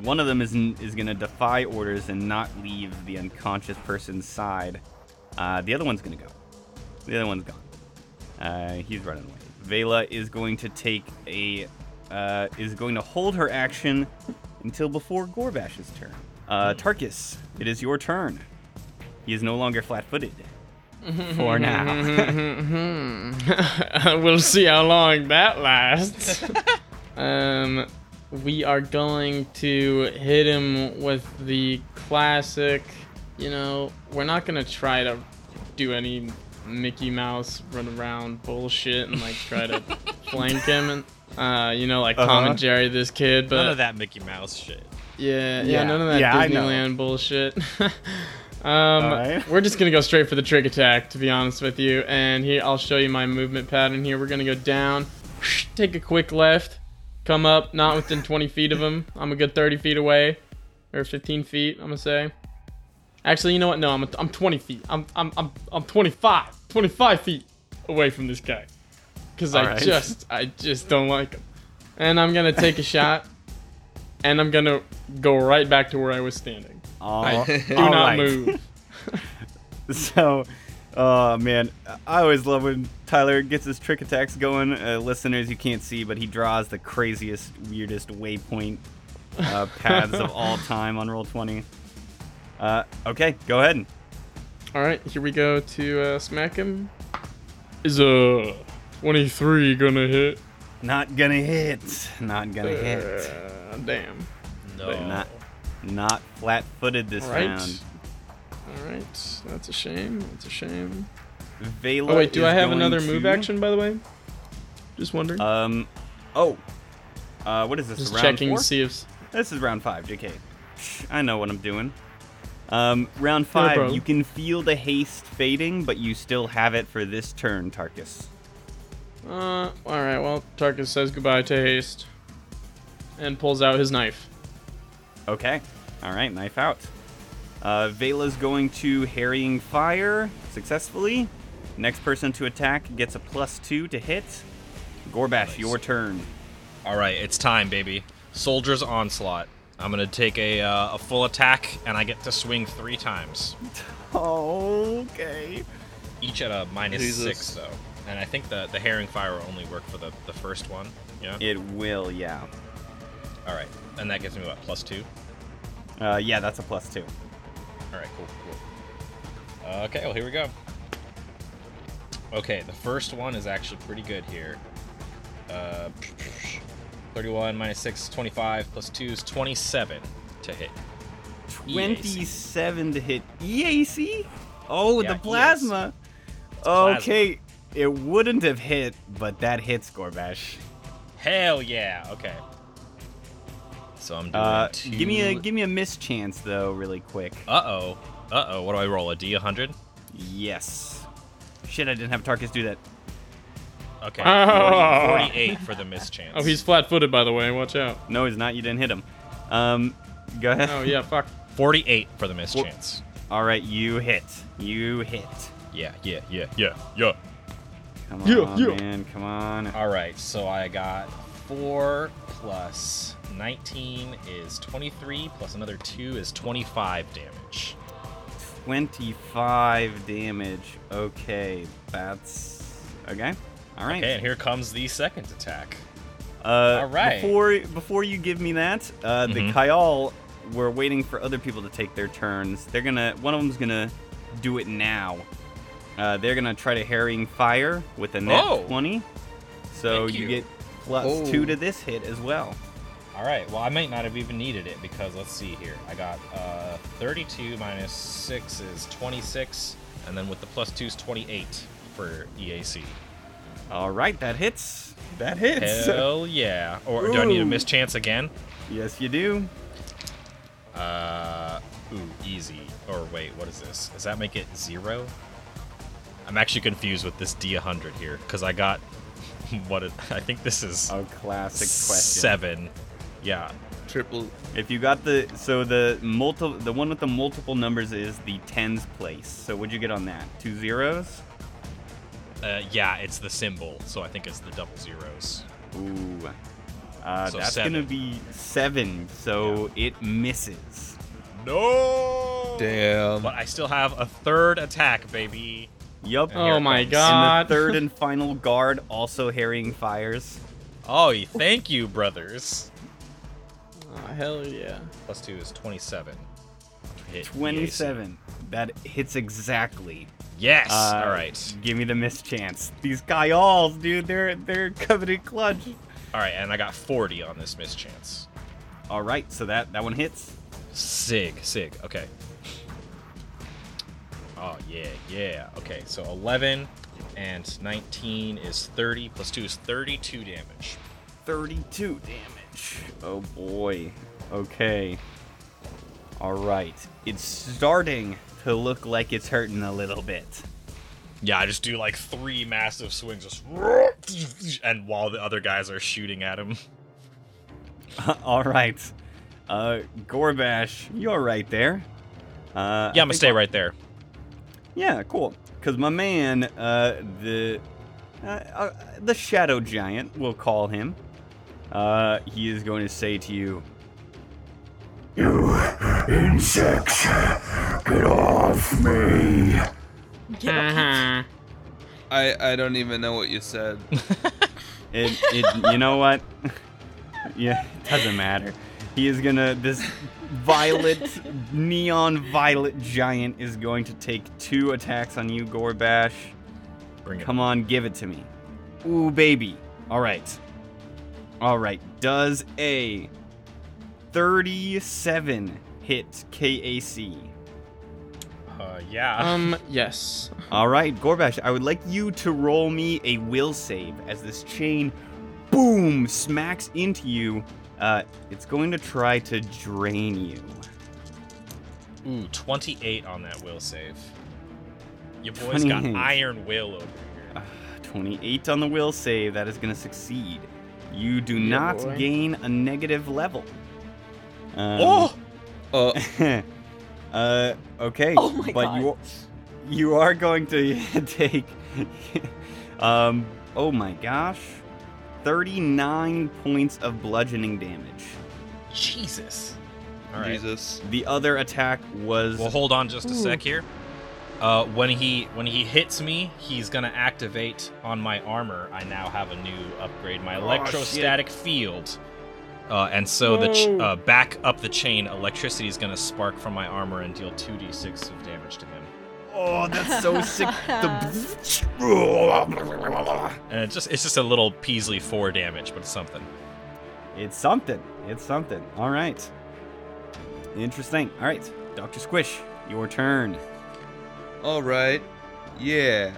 Speaker 5: one of them is, is going to defy orders and not leave the unconscious person's side. Uh, the other one's going to go. The other one's gone. Uh, he's running away. Vela is going to take a. Uh, is going to hold her action until before Gorbash's turn. Uh, Tarkus, it is your turn. He is no longer flat footed. For now.
Speaker 3: we'll see how long that lasts. um, we are going to hit him with the classic. You know, we're not gonna try to do any Mickey Mouse run around bullshit and like try to flank him and uh, you know, like Tom
Speaker 5: Uh-huh.
Speaker 3: and Jerry this kid. But
Speaker 6: None of that Mickey Mouse shit.
Speaker 3: yeah, yeah,
Speaker 5: Yeah.
Speaker 3: none of that
Speaker 5: Yeah, I know.
Speaker 3: Disneyland bullshit. um,
Speaker 5: Alright.
Speaker 3: We're just gonna go straight for the trick attack, to be honest with you. And here, I'll show you my movement pattern. Here, we're gonna go down, take a quick left, come up, not within 20 feet of him. I'm a good 30 feet away, or 15 feet, I'm gonna say. Actually, you know what? No, I'm, I'm 20 feet. I'm, I'm, I'm, I'm 25, 25 feet away from this guy, because I
Speaker 5: Alright.
Speaker 3: just, I just don't like him. And I'm gonna take a shot and I'm gonna go right back to where I was standing.
Speaker 5: All,
Speaker 3: Do
Speaker 5: all
Speaker 3: not
Speaker 5: right.
Speaker 3: move.
Speaker 5: So, oh man, I always love when Tyler gets his trick attacks going. Uh, listeners, you can't see, but he draws the craziest, weirdest waypoint uh, paths of all time on roll 20. Uh, okay, go ahead.
Speaker 3: All right, here we go to uh, smack him. Is a 23 gonna hit?
Speaker 5: Not gonna hit. Not gonna hit.
Speaker 3: Uh, damn.
Speaker 5: Not, not flat-footed this
Speaker 3: Uh, All right.
Speaker 5: round.
Speaker 3: All right, that's a shame. That's a shame.
Speaker 5: Vela
Speaker 3: Oh wait, do
Speaker 5: is
Speaker 3: I have
Speaker 5: going
Speaker 3: another move
Speaker 5: to-
Speaker 3: action by the way? Just wondering.
Speaker 5: Um, oh, uh, what is this?
Speaker 3: Just
Speaker 5: round
Speaker 3: checking
Speaker 5: four?
Speaker 3: to see if.
Speaker 5: This is round five, JK. Psh, I know what I'm doing. Um, round
Speaker 3: No
Speaker 5: five,
Speaker 3: problem.
Speaker 5: you can feel the haste fading, but you still have it for this turn, Tarkus.
Speaker 3: Uh, all right. Well, Tarkus says goodbye to haste, and pulls out his knife.
Speaker 5: Okay. All right, knife out. Uh, Vela's going to Harrying Fire successfully. Next person to attack gets a plus two to hit. Gorbash,
Speaker 6: Nice.
Speaker 5: your turn.
Speaker 6: All right, it's time, baby. Soldier's onslaught. I'm gonna take a uh, a full attack, and I get to swing three times,
Speaker 5: Okay.
Speaker 6: each at a minus
Speaker 2: Jesus.
Speaker 6: six though. And I think the the herring fire will only work for the the first one. Yeah.
Speaker 5: It will, yeah.
Speaker 6: All right, and that gives me what plus two.
Speaker 5: Uh, yeah, that's a plus two.
Speaker 6: All right, cool, cool. Uh, Okay, well here we go. Okay, the first one is actually pretty good here. Uh, 31 minus 6, 25 plus 2 is 27 to hit.
Speaker 5: 27 to hit EAC? Oh, with
Speaker 3: E
Speaker 6: Yeah,
Speaker 5: the plasma.
Speaker 6: plasma.
Speaker 5: Okay, it wouldn't have hit, but that hits Gorbash.
Speaker 6: Hell yeah. Okay. So I'm doing
Speaker 5: Uh,
Speaker 6: two.
Speaker 5: give me a give me a miss chance though, really quick.
Speaker 6: Uh oh. Uh oh. What do I roll? A D100?
Speaker 5: Yes. Shit, I didn't have Tarkus do that.
Speaker 6: Okay.
Speaker 3: Ah.
Speaker 6: 40 48 for the miss chance.
Speaker 3: Oh, he's flat-footed by the way. Watch out.
Speaker 5: No, he's not. You didn't hit him. Um, go ahead.
Speaker 3: Oh yeah, fuck.
Speaker 6: 48 for the miss
Speaker 5: Wha-
Speaker 6: chance.
Speaker 5: All right, you hit. You hit.
Speaker 6: Yeah, yeah, yeah, yeah, yeah.
Speaker 5: Come
Speaker 3: Yeah,
Speaker 5: on,
Speaker 3: yeah.
Speaker 5: man. Come on.
Speaker 6: All right, so I got four plus 19 is 23, plus another two is 25 damage.
Speaker 5: 25 damage. Okay, that's okay. All right.
Speaker 6: Okay, and here comes the second attack.
Speaker 5: Uh,
Speaker 6: All right.
Speaker 5: Before before you give me that, uh, the
Speaker 6: Mhm.
Speaker 5: Kayal were waiting for other people to take their turns. They're gonna one of them's gonna do it now. Uh, they're gonna try to harrying fire with a net
Speaker 6: Oh.
Speaker 5: twenty. So
Speaker 6: Thank
Speaker 5: you.
Speaker 6: you.
Speaker 5: get plus
Speaker 2: Oh.
Speaker 5: two to this hit as well.
Speaker 6: All right, well, I might not have even needed it because let's see here. I got uh, 32 minus 6 is 26, and then with the plus 2 is 28 for E EAC.
Speaker 5: All right, that hits. That hits.
Speaker 6: Hell yeah. Or do I need a miss chance again?
Speaker 5: Yes, you do.
Speaker 6: Uh, ooh, easy. Or wait, what is this? Does that make it zero? I'm actually confused with this D100 here because I got what it, I think this is
Speaker 5: Oh, classic question.
Speaker 6: seven. Yeah.
Speaker 2: Triple.
Speaker 5: If you got the so the multi the one with the multiple numbers is the tens place. So what'd you get on that? Two zeros.
Speaker 6: Uh, yeah, it's the symbol, so I think it's the double zeros.
Speaker 5: Ooh. Uh,
Speaker 6: So
Speaker 5: that's
Speaker 6: seven.
Speaker 5: gonna be seven. So it misses.
Speaker 6: No!
Speaker 2: Damn.
Speaker 6: But I still have a third attack, baby.
Speaker 5: Yup.
Speaker 6: And here
Speaker 3: Oh
Speaker 6: it
Speaker 3: my
Speaker 6: comes.
Speaker 5: And
Speaker 3: god.
Speaker 5: the third and final guard also harrying fires.
Speaker 6: Oh, thank you, brothers.
Speaker 3: Aw, Oh, hell yeah.
Speaker 6: Plus two is 27. Hit EAC.
Speaker 5: Twenty-seven. That hits exactly.
Speaker 6: Yes!
Speaker 5: Uh,
Speaker 6: All right.
Speaker 5: Give me the miss chance. These Kayals, dude, they're they're coveted clutch.
Speaker 6: All right, and I got 40 on this mischance.
Speaker 5: All right, so that that one hits.
Speaker 6: Sig, Sig. Okay. Oh yeah, yeah. Okay, so 11 and 19 is 30 plus 2 is 32 damage.
Speaker 5: 32 damage. Oh boy. Okay. All right. It's starting to look like it's hurting a little bit.
Speaker 6: Yeah, I just do like three massive swings just and while the other guys are shooting at him.
Speaker 5: All right. Uh, Gorbash, you're right there. Uh,
Speaker 6: Yeah,
Speaker 5: I
Speaker 6: I'm gonna
Speaker 5: think-
Speaker 6: stay right there.
Speaker 5: Yeah, cool. Cause my man, uh, the uh, uh, the shadow giant, we'll call him. Uh, he is going to say to you,
Speaker 8: You insects, get off me.
Speaker 3: Uh-huh.
Speaker 2: I I don't even know what you said.
Speaker 5: It, it you know what? yeah, it doesn't matter. He is gonna this violet neon violet giant is going to take two attacks on you, Gorbash.
Speaker 6: Bring it.
Speaker 5: Come on, give it to me. Ooh, baby. Alright. Alright, does a 37 hit KAC.
Speaker 6: Uh, yeah.
Speaker 3: Um, yes.
Speaker 5: Alright, Gorbash, I would like you to roll me a will save as this chain boom smacks into you. Uh, it's going to try to drain you.
Speaker 6: Ooh, 28 on that will save. Your boy's got
Speaker 5: 28.
Speaker 6: iron will over here.
Speaker 5: Uh, 28 on the will save. That is going to succeed. You do
Speaker 3: Yeah,
Speaker 5: not
Speaker 3: boy.
Speaker 5: gain a negative level. Um,
Speaker 6: oh,
Speaker 2: Uh,
Speaker 5: uh, okay.
Speaker 4: Oh my
Speaker 5: but
Speaker 4: God.
Speaker 5: You, you are going to take. um, oh my gosh. 39 points of bludgeoning damage.
Speaker 6: Jesus. All right.
Speaker 2: Jesus.
Speaker 5: The other attack was.
Speaker 6: Well, hold on just a sec here. Uh, when he when he hits me, he's gonna activate on my armor. I now have a new upgrade, my electrostatic field. Uh, and so the ch- uh, back up the chain, electricity is gonna spark from my armor and deal two d6 of damage to him.
Speaker 5: oh, that's so sick. The-
Speaker 6: And it's just it's just a little Peasley four damage, but it's something.
Speaker 5: It's something. It's something. All right. Interesting. All right. Dr. Squish, your turn.
Speaker 2: All right. Yeah.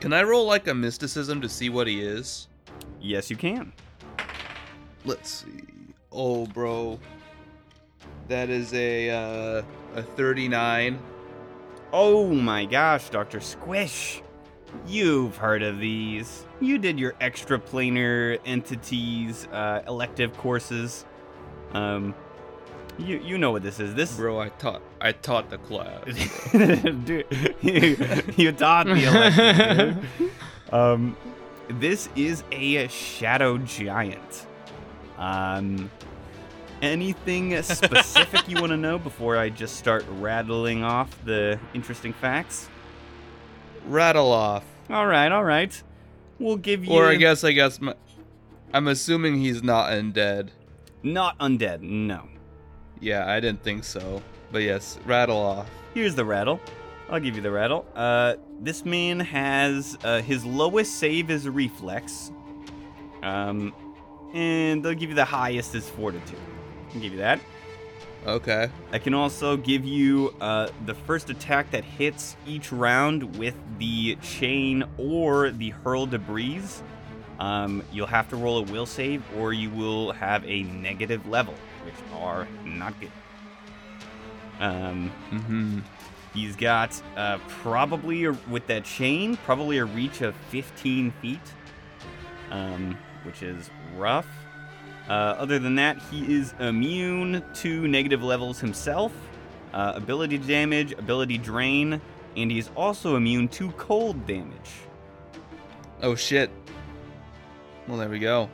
Speaker 2: Can I roll like a mysticism to see what he is?
Speaker 5: Yes, you can.
Speaker 2: Let's see. Oh, bro. That is a uh, a 39.
Speaker 5: Oh my gosh, Dr. Squish. You've heard of these. You did your extraplanar entities uh, elective courses. Um, you you know what this is. This
Speaker 2: Bro, I taught I taught the class.
Speaker 5: dude, you, you taught the elective. dude. Um, this is a shadow giant. Um, anything specific you want to know before I just start rattling off the interesting facts?
Speaker 2: Rattle off.
Speaker 5: All right, all right. We'll give you.
Speaker 2: Or I guess, I guess, my, I'm assuming he's not undead.
Speaker 5: Not undead, no.
Speaker 2: Yeah, I didn't think so. But yes, rattle off.
Speaker 5: Here's the rattle. I'll give you the rattle. Uh, this man has uh, his lowest save is reflex, um, and they'll give you the highest is fortitude. I'll give you that.
Speaker 2: Okay.
Speaker 5: I can also give you uh, the first attack that hits each round with the chain or the hurl debris. Um, you'll have to roll a will save, or you will have a negative level, which are not good. Um,
Speaker 2: Mm-hmm.
Speaker 5: He's got uh, probably a, with that chain, probably a reach of 15 feet, um, which is rough. Uh, other than that, he is immune to negative levels himself, uh, ability damage, ability drain, and he's also immune to cold damage.
Speaker 2: Oh shit. Well, there we go.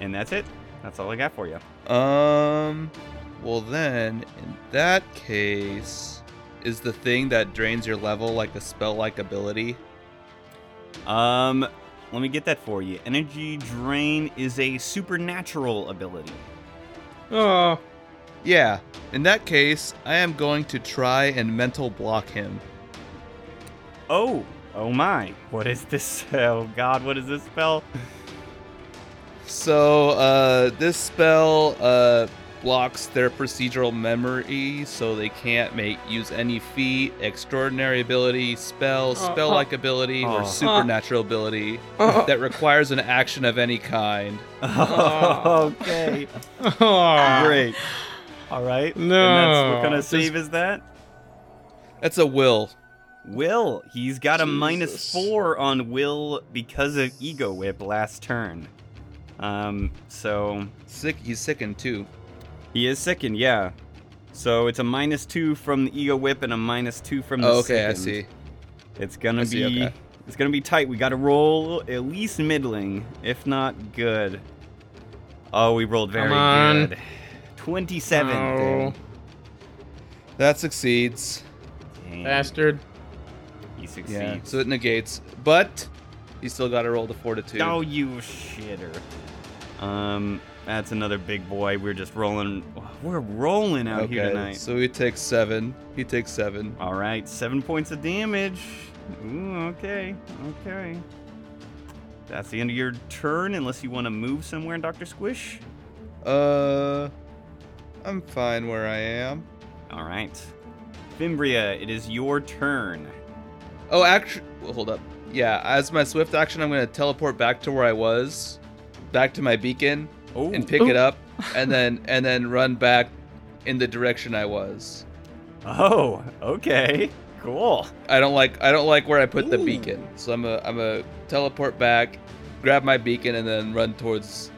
Speaker 5: And that's it. That's all I got for you.
Speaker 2: Um. Well, then, in that case, is the thing that drains your level like a spell-like ability?
Speaker 5: Um, let me get that for you. Energy drain is a supernatural ability.
Speaker 3: Oh,
Speaker 2: Yeah. In that case, I am going to try and mental block him.
Speaker 5: Oh, oh my. What is this? Oh god, what is this spell?
Speaker 2: So, uh, this spell uh, blocks their procedural memory, so they can't make use any feat, extraordinary ability, spell,
Speaker 3: Uh,
Speaker 2: spell-like ability,
Speaker 5: uh,
Speaker 2: or supernatural ability
Speaker 3: oh,
Speaker 2: that requires an action of any kind.
Speaker 3: Oh.
Speaker 5: okay.
Speaker 3: oh.
Speaker 5: Great. All right. And that's what kind
Speaker 3: No.
Speaker 5: of save is that?
Speaker 2: That's a will.
Speaker 5: Will. He's got a minus
Speaker 3: Jesus.
Speaker 5: four on Will because of Ego Whip last turn. Um, so
Speaker 2: Sick. He's sickened too.
Speaker 5: he is sickened, yeah. So it's a minus two from the Ego Whip and a minus two from the
Speaker 2: Oh, okay, I
Speaker 5: sickened.
Speaker 2: see.
Speaker 5: It's gonna
Speaker 2: I
Speaker 5: be
Speaker 2: see, okay.
Speaker 5: it's gonna be tight. We gotta roll at least middling, if not good. Oh, we rolled very
Speaker 3: Come on.
Speaker 5: good. Twenty-seven.
Speaker 3: No.
Speaker 2: That succeeds.
Speaker 5: Dang.
Speaker 3: Bastard.
Speaker 5: He
Speaker 2: Yeah.
Speaker 5: succeeds.
Speaker 2: So it negates, but he still got to roll the fortitude.
Speaker 5: Oh, you shitter. Um, that's another big boy. We're just rolling. We're rolling out here
Speaker 2: okay.
Speaker 5: tonight.
Speaker 2: So he takes seven. He takes seven.
Speaker 5: All right, seven points of damage. Ooh, okay, okay. That's the end of your turn, unless you want to move somewhere, Doctor Squish.
Speaker 2: Uh, I'm fine where I am.
Speaker 5: All right. Fimbria, it is your turn.
Speaker 2: Oh, actually, well, hold up. Yeah, as my swift action, I'm gonna teleport back to where I was, back to my beacon,
Speaker 5: Oh,
Speaker 2: and pick it up, and then and then run back in the direction I was.
Speaker 5: oh, okay. Cool.
Speaker 2: I don't like I don't like where I put the
Speaker 5: Ooh.
Speaker 2: beacon. So I'm a I'm a teleport back, grab my beacon, and then run towards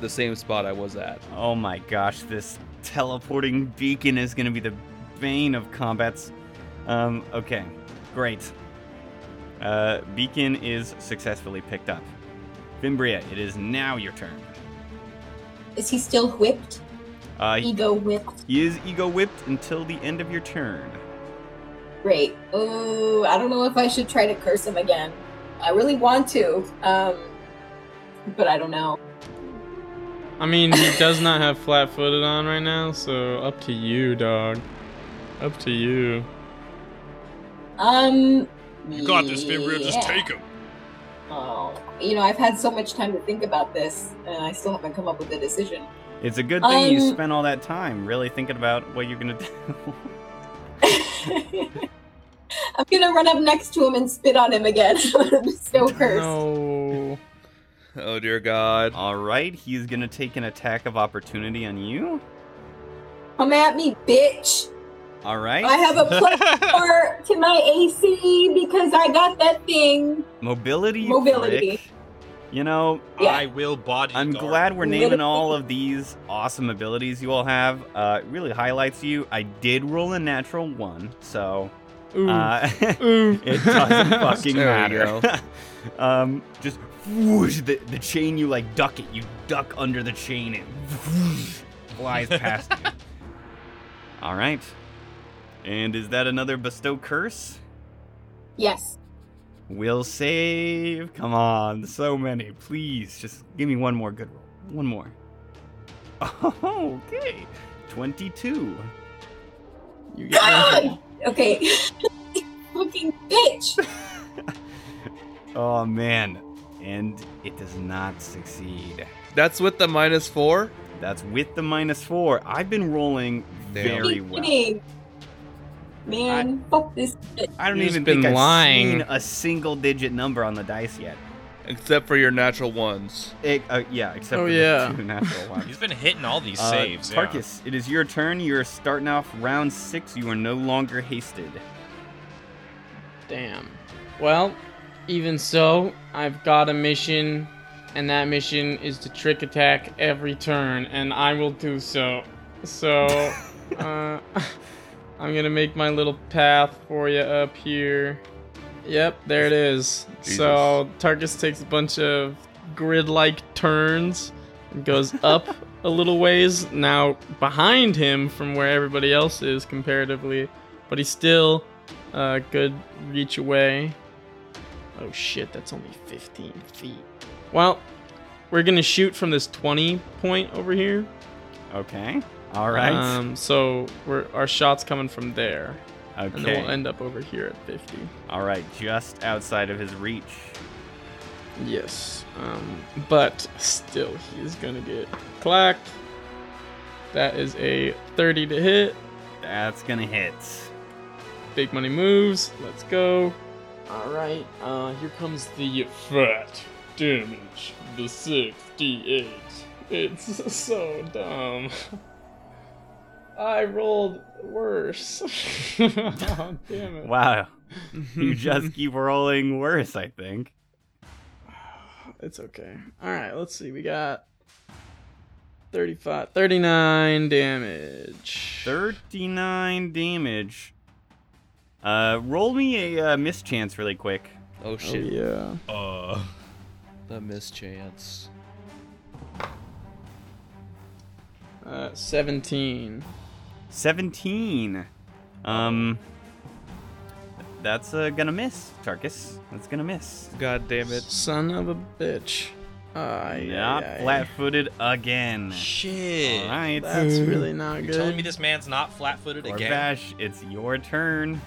Speaker 2: the same spot I was at.
Speaker 5: Oh my gosh, this teleporting beacon is going to be the bane of combats. Um, okay, great. Uh, beacon is successfully picked up. Fimbria, it is now your turn.
Speaker 11: Is he still whipped?
Speaker 5: Uh,
Speaker 4: E-
Speaker 5: he
Speaker 11: Ego whipped.
Speaker 5: he is ego whipped until the end of your turn.
Speaker 11: Great. Ooh, I don't know if I should try to curse him again. I really want to, um, but I don't know.
Speaker 3: I mean, he does not have flat footed on right now, so up to you, dog. Up to you.
Speaker 11: Um,
Speaker 6: You got this, Fimbria. Just
Speaker 11: yeah.
Speaker 6: take him.
Speaker 11: Oh, you know, I've had so much time to think about this, and I still haven't come up with a decision.
Speaker 5: It's a good thing you
Speaker 11: Um,
Speaker 5: spent all that time really thinking about what you're going to do.
Speaker 11: I'm gonna run up next to him and spit on him again. I'm so cursed.
Speaker 3: No.
Speaker 2: Oh dear God.
Speaker 5: all right, he's going to take an attack of opportunity on you.
Speaker 11: Come at me, bitch.
Speaker 5: All right.
Speaker 11: I have a plus four to my AC because I got that thing.
Speaker 5: Mobility.
Speaker 11: Mobility.
Speaker 5: Frick. You know,
Speaker 11: Yeah.
Speaker 6: I will body.
Speaker 5: I'm
Speaker 6: guard.
Speaker 5: glad we're naming
Speaker 11: Mobility.
Speaker 5: all of these awesome abilities you all have. Uh, it really highlights you. I did roll a natural one, so
Speaker 3: Ooh.
Speaker 5: Uh,
Speaker 11: Hmm.
Speaker 3: Ooh.
Speaker 5: it doesn't fucking
Speaker 2: There we
Speaker 5: matter. um, just whoosh, the, the chain, you like duck it. You duck under the chain and whoosh, flies past you. All right. And is that another bestow curse?
Speaker 11: Yes.
Speaker 5: Will save. Come on, so many. Please, just give me one more good roll. One more. Oh, okay. 22. You get nothing.
Speaker 11: Okay. Fucking bitch.
Speaker 5: Oh, man. And it does not succeed.
Speaker 2: That's with the minus four?
Speaker 5: That's with the minus four. I've been rolling
Speaker 2: Damn.
Speaker 5: very well.
Speaker 11: Kidding. Man, fuck this bitch.
Speaker 5: I don't
Speaker 2: You've
Speaker 5: even
Speaker 2: been
Speaker 5: think
Speaker 2: lying.
Speaker 5: I've seen a single digit number on the dice yet.
Speaker 2: Except for your natural ones.
Speaker 5: It- uh, yeah, except
Speaker 3: Oh,
Speaker 5: for
Speaker 3: yeah.
Speaker 5: the two natural ones.
Speaker 6: He's been hitting all these
Speaker 5: Uh,
Speaker 6: saves. yeah.
Speaker 5: Tarkus, it is your turn. You are starting off round six. You are no longer hasted.
Speaker 3: Damn. Well, even so, I've got a mission, and that mission is to trick attack every turn, and I will do so. So, uh, I'm gonna make my little path for you up here. Yep, there it is. So, Tarkus takes a bunch of grid like turns and goes up a little ways, now behind him from where everybody else is comparatively, but he's still uh, good reach away. Oh shit, that's only 15 feet. Well, we're gonna shoot from this 20 point over here.
Speaker 5: Okay. All right.
Speaker 3: Um, so we're our shots coming from there, and then
Speaker 5: okay.
Speaker 3: we'll end up over here at 50.
Speaker 5: All right. Just outside of his reach.
Speaker 3: Yes. Um, but still, he is gonna get clacked. That is a 30 to hit.
Speaker 5: That's gonna hit.
Speaker 3: Big money moves. Let's go. All right. Uh, here comes the fat damage. The sixty-eight. It's so dumb. I rolled worse. oh, damn it.
Speaker 5: Wow. you just keep rolling worse. I think.
Speaker 3: It's okay. All right. Let's see. We got 35, 39 damage.
Speaker 5: 39 damage. Uh, roll me a uh, mischance really quick.
Speaker 2: Oh shit.
Speaker 3: yeah.
Speaker 6: Uh,
Speaker 2: The mischance.
Speaker 3: Uh, 17.
Speaker 5: 17. Um, that's uh, gonna miss, Tarkus. That's gonna miss.
Speaker 2: God damn it.
Speaker 3: Son of a bitch. Ay,
Speaker 5: Not
Speaker 3: ay, ay.
Speaker 5: flat-footed again.
Speaker 6: Shit.
Speaker 5: All right,
Speaker 3: That's really not
Speaker 6: You're
Speaker 3: good.
Speaker 6: telling me this man's not flat-footed again?
Speaker 5: Corvash, it's your turn.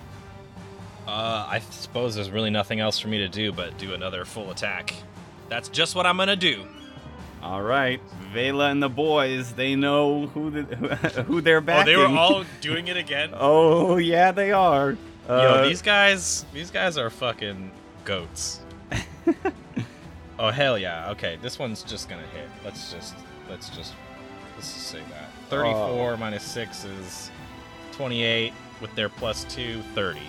Speaker 6: Uh, I suppose there's really nothing else for me to do but do another full attack. That's just what I'm gonna do.
Speaker 5: All right, Vela and the boys, they know who the, who they're
Speaker 6: Oh,
Speaker 5: backing.
Speaker 6: they were all doing it again.
Speaker 5: Oh yeah, they are. Uh,
Speaker 6: Yo, these guys, these guys are fucking goats. oh hell yeah. Okay, this one's just gonna hit. Let's just, let's just, let's just say that. 34 minus six is 28. With their plus two, 30.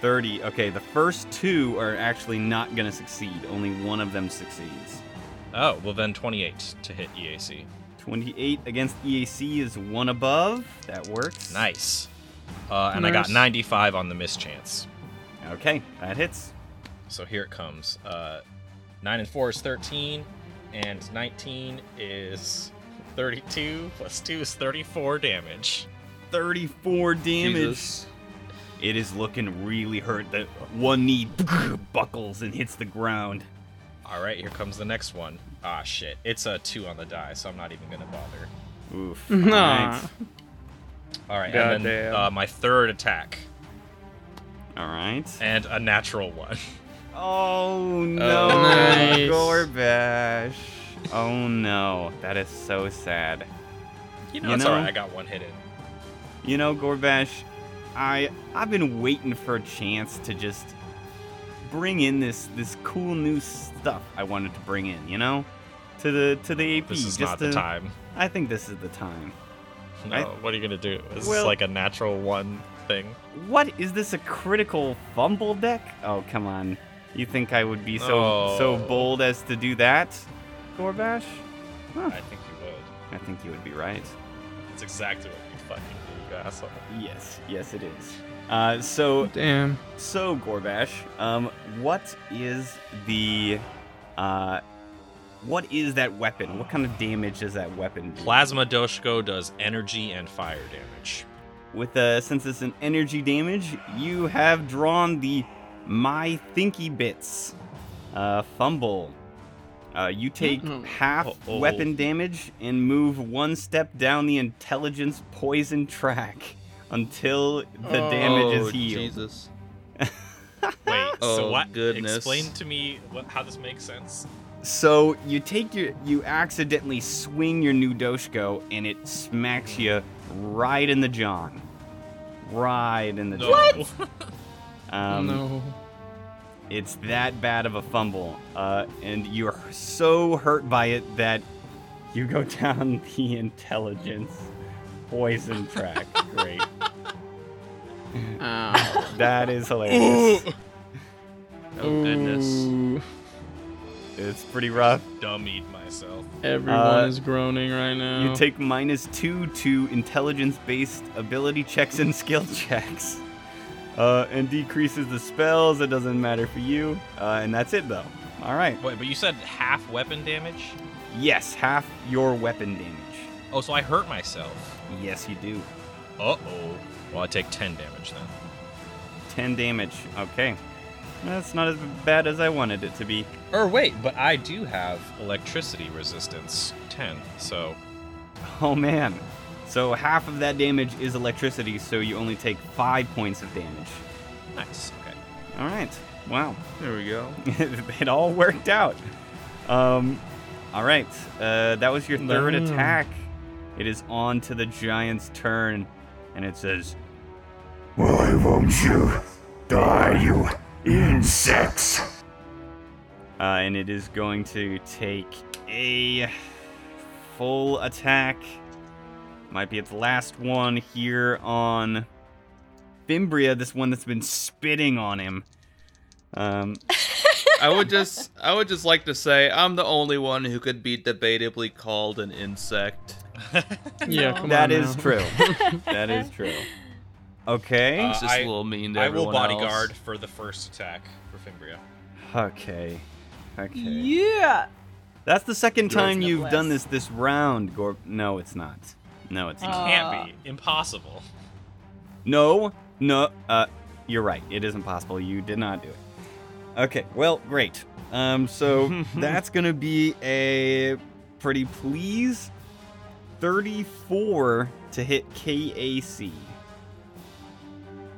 Speaker 5: 30. Okay, the first two are actually not gonna succeed. Only one of them succeeds.
Speaker 6: Oh, well then 28 to hit E EAC.
Speaker 5: 28 against EAC is one above. That works.
Speaker 6: Nice. Uh, and I got
Speaker 3: Nice.
Speaker 6: 95 on the mischance.
Speaker 5: Okay, that hits.
Speaker 6: So here it comes. Uh, 9 and 4 is 13, and 19 is 32, plus 2 is 34 damage.
Speaker 5: 34 damage.
Speaker 2: Jesus.
Speaker 5: It is looking really hurt. The one knee buckles and hits the ground.
Speaker 6: All right, here comes the next one. Ah, shit. It's a 2 on the die, so I'm not even going to bother.
Speaker 5: Oof.
Speaker 3: Nah.
Speaker 5: All right.
Speaker 6: All right, and then
Speaker 2: Goddamn.
Speaker 6: uh, my third attack,
Speaker 5: All right.
Speaker 6: and a natural one.
Speaker 5: Oh no,
Speaker 3: Nice.
Speaker 5: Gorbash. Oh no, that is so sad.
Speaker 6: You know,
Speaker 5: You
Speaker 6: it's
Speaker 5: know-
Speaker 6: all right. I got one hit in.
Speaker 5: You know, Gorbash, I I've been waiting for a chance to just bring in this this cool new stuff I wanted to bring in. You know, to the to the AP.
Speaker 6: This is
Speaker 5: just
Speaker 6: not the
Speaker 5: to-
Speaker 6: time.
Speaker 5: I think this is the time.
Speaker 6: No,
Speaker 5: I-
Speaker 6: what are you going to do? Is
Speaker 5: Well-
Speaker 6: this like a natural one thing?
Speaker 5: What is this a critical fumble deck? Oh come on, you think I would be so so
Speaker 6: No.
Speaker 5: bold as to do that, Gorbash?
Speaker 6: I think you would.
Speaker 5: I think you would be right.
Speaker 6: That's exactly what you fucking do, asshole.
Speaker 5: Yes, yes, it is. Uh, so
Speaker 3: damn.
Speaker 5: So Gorbash, um, what is the, uh, what is that weapon? What kind of damage does that weapon do?
Speaker 6: Plasma Doshko does energy and fire damage.
Speaker 5: With uh, since it's an energy damage, you have drawn the my thinky bits. Uh, fumble. Uh, you take half
Speaker 6: Uh-oh.
Speaker 5: weapon damage and move one step down the intelligence poison track until the damage
Speaker 2: Oh,
Speaker 5: is healed.
Speaker 2: Jesus.
Speaker 6: Wait, so
Speaker 2: Oh,
Speaker 6: what?
Speaker 2: goodness.
Speaker 6: Explain to me what, how this makes sense.
Speaker 5: So you take your, you accidentally swing your new doshko and it smacks you right in the john, right in the
Speaker 6: No. Oh,
Speaker 5: john.
Speaker 6: What?
Speaker 5: Um,
Speaker 3: no.
Speaker 5: It's that bad of a fumble, uh, and you're so hurt by it that you go down the intelligence poison track. Great,
Speaker 3: Ow.
Speaker 5: that is hilarious.
Speaker 9: Oh, goodness.
Speaker 3: Ooh.
Speaker 5: It's pretty rough.
Speaker 6: Dummied myself.
Speaker 3: Everyone
Speaker 5: Uh,
Speaker 3: is groaning right now.
Speaker 5: You take minus two to intelligence-based ability checks and skill checks, uh, and decreases the spells. It doesn't matter for you, uh, and that's it though. All right.
Speaker 6: Wait, but you said half weapon damage?
Speaker 5: Yes, half your weapon damage.
Speaker 6: Oh, so I hurt myself.
Speaker 5: Yes, you do.
Speaker 6: Uh oh. Well, I take 10 damage then.
Speaker 5: Ten damage. Okay, that's not as bad as I wanted it to be.
Speaker 6: Or wait, but I do have electricity resistance 10, so
Speaker 5: Oh man. So half of that damage is electricity, so you only take five points of damage.
Speaker 6: nice. Okay.
Speaker 5: All right. Wow.
Speaker 2: There we go.
Speaker 5: it all worked out. Um, all right. Uh, that was your third
Speaker 3: Damn.
Speaker 5: attack. It is on to the giant's turn, and it says,
Speaker 8: Why won't you die, you insects?
Speaker 5: uh, and it is going to take a full attack. Might be its last one here on Fimbria, this one that's been spitting on him. Um,
Speaker 2: I would just I would just like to say I'm the only one who could be debatably called an insect.
Speaker 3: yeah, come on
Speaker 5: that is
Speaker 3: now.
Speaker 5: true. that is true. Okay.
Speaker 6: Uh,
Speaker 9: It's just
Speaker 6: I-
Speaker 9: a little mean to
Speaker 6: I will
Speaker 9: everyone
Speaker 6: bodyguard
Speaker 9: else.
Speaker 6: for the first attack for Fimbria.
Speaker 5: Okay. Okay.
Speaker 4: Yeah.
Speaker 5: That's the second time
Speaker 4: the
Speaker 5: you've
Speaker 4: bless.
Speaker 5: done this this round, Gorb. No, it's not. No, it's
Speaker 6: It
Speaker 5: not.
Speaker 6: can't be. Impossible.
Speaker 5: No, no. Uh, you're right. It is impossible. You did not do it. Okay. Well, great. Um, so that's gonna be a pretty please. 34 to hit KAC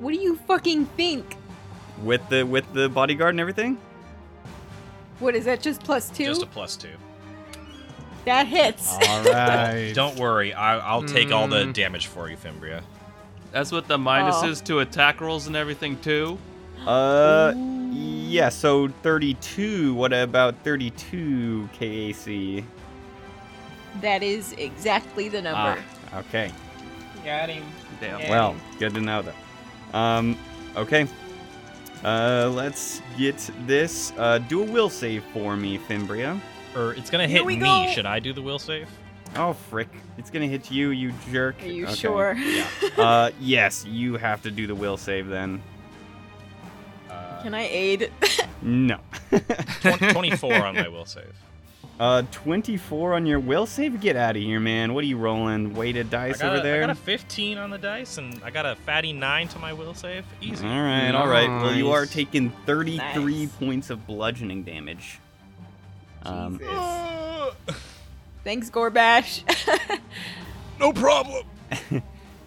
Speaker 4: What do you fucking think?
Speaker 5: with the with the bodyguard and everything.
Speaker 4: What is that? Just plus two?
Speaker 6: Just a plus two.
Speaker 4: that hits.
Speaker 5: All right.
Speaker 6: Don't worry, I, I'll take all the
Speaker 3: Mm.
Speaker 6: damage for you, Fimbria.
Speaker 9: That's what the minuses to attack rolls and everything too.
Speaker 5: Uh, yeah. So 32. What about 32 KAC?
Speaker 4: that is exactly the number.
Speaker 5: Ah, okay.
Speaker 3: Got him.
Speaker 9: Damn.
Speaker 5: Well, good to know that. Um, okay. Uh, let's get this. Uh, do a will save for me, Fimbria.
Speaker 6: Or it's gonna
Speaker 4: Here
Speaker 6: hit
Speaker 4: we
Speaker 6: me.
Speaker 4: go.
Speaker 6: Should I do the will save?
Speaker 5: Oh frick! It's gonna hit you, you jerk.
Speaker 4: Are you
Speaker 5: Okay.
Speaker 4: sure?
Speaker 5: uh, yes. You have to do the will save then.
Speaker 6: Uh,
Speaker 4: Can I aid?
Speaker 5: No.
Speaker 6: twen- 24 on my will save.
Speaker 5: Uh, 24 on your will save. Get out of here, man. What are you rolling? Weighted
Speaker 6: I
Speaker 5: dice
Speaker 6: got,
Speaker 5: over
Speaker 6: a, I
Speaker 5: there.
Speaker 6: got a 15 on the dice, and I got a fatty 9 to my will save. Easy.
Speaker 5: All right, all right. Well, you are
Speaker 3: Nice.
Speaker 5: taking 33
Speaker 4: Nice.
Speaker 5: points of bludgeoning damage. Um,
Speaker 4: Jesus. Thanks, Gorbash.
Speaker 1: No problem.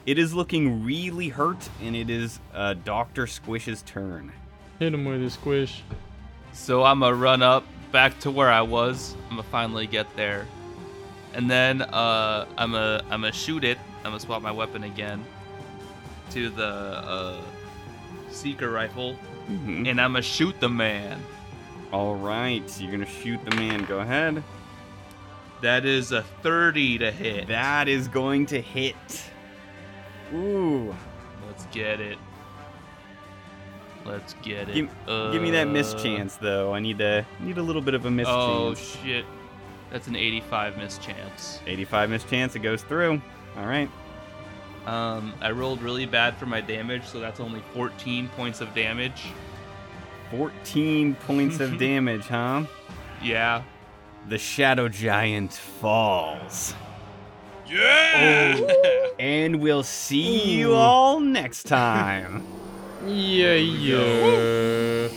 Speaker 5: it is looking really hurt, and it is uh, Doctor Squish's turn.
Speaker 3: Hit him with his squish.
Speaker 9: So I'm gonna run up back to where I was. I'm gonna finally get there, and then uh, I'm gonna I'm gonna shoot it. I'm gonna swap my weapon again to the uh, seeker rifle,
Speaker 6: Mm-hmm.
Speaker 5: Mhm.
Speaker 9: and I'm gonna shoot the man.
Speaker 5: All right, you're gonna shoot the man. Go ahead.
Speaker 9: That is a 30 to hit.
Speaker 5: That is going to hit. Ooh,
Speaker 9: Let's get it. Let's get it.
Speaker 5: Give- give me that miss chance though. I need to need a little bit of a miss
Speaker 9: oh
Speaker 5: chance.
Speaker 9: shit, that's an 85 miss chance.
Speaker 5: 85 miss chance. It goes through. All right.
Speaker 2: Um, I rolled really bad for my damage, so that's only 14 points of damage.
Speaker 5: 14 points of damage, huh?
Speaker 2: Yeah.
Speaker 5: The shadow giant falls. Oh.
Speaker 1: Yeah!
Speaker 5: and we'll see you all next time.
Speaker 3: yeah, yeah.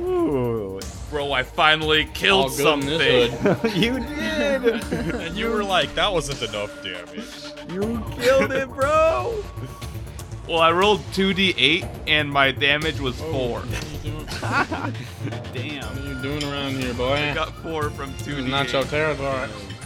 Speaker 5: Ooh.
Speaker 1: Bro, I finally killed
Speaker 3: All good in this
Speaker 1: something.
Speaker 5: you did.
Speaker 1: and you were like, that wasn't enough damage.
Speaker 5: You killed it, bro.
Speaker 2: Well, I rolled 2d8 and my damage was 4.
Speaker 5: Damn.
Speaker 3: What are you doing around here, boy?
Speaker 2: I got 4 from 2d8.
Speaker 3: Not your territory.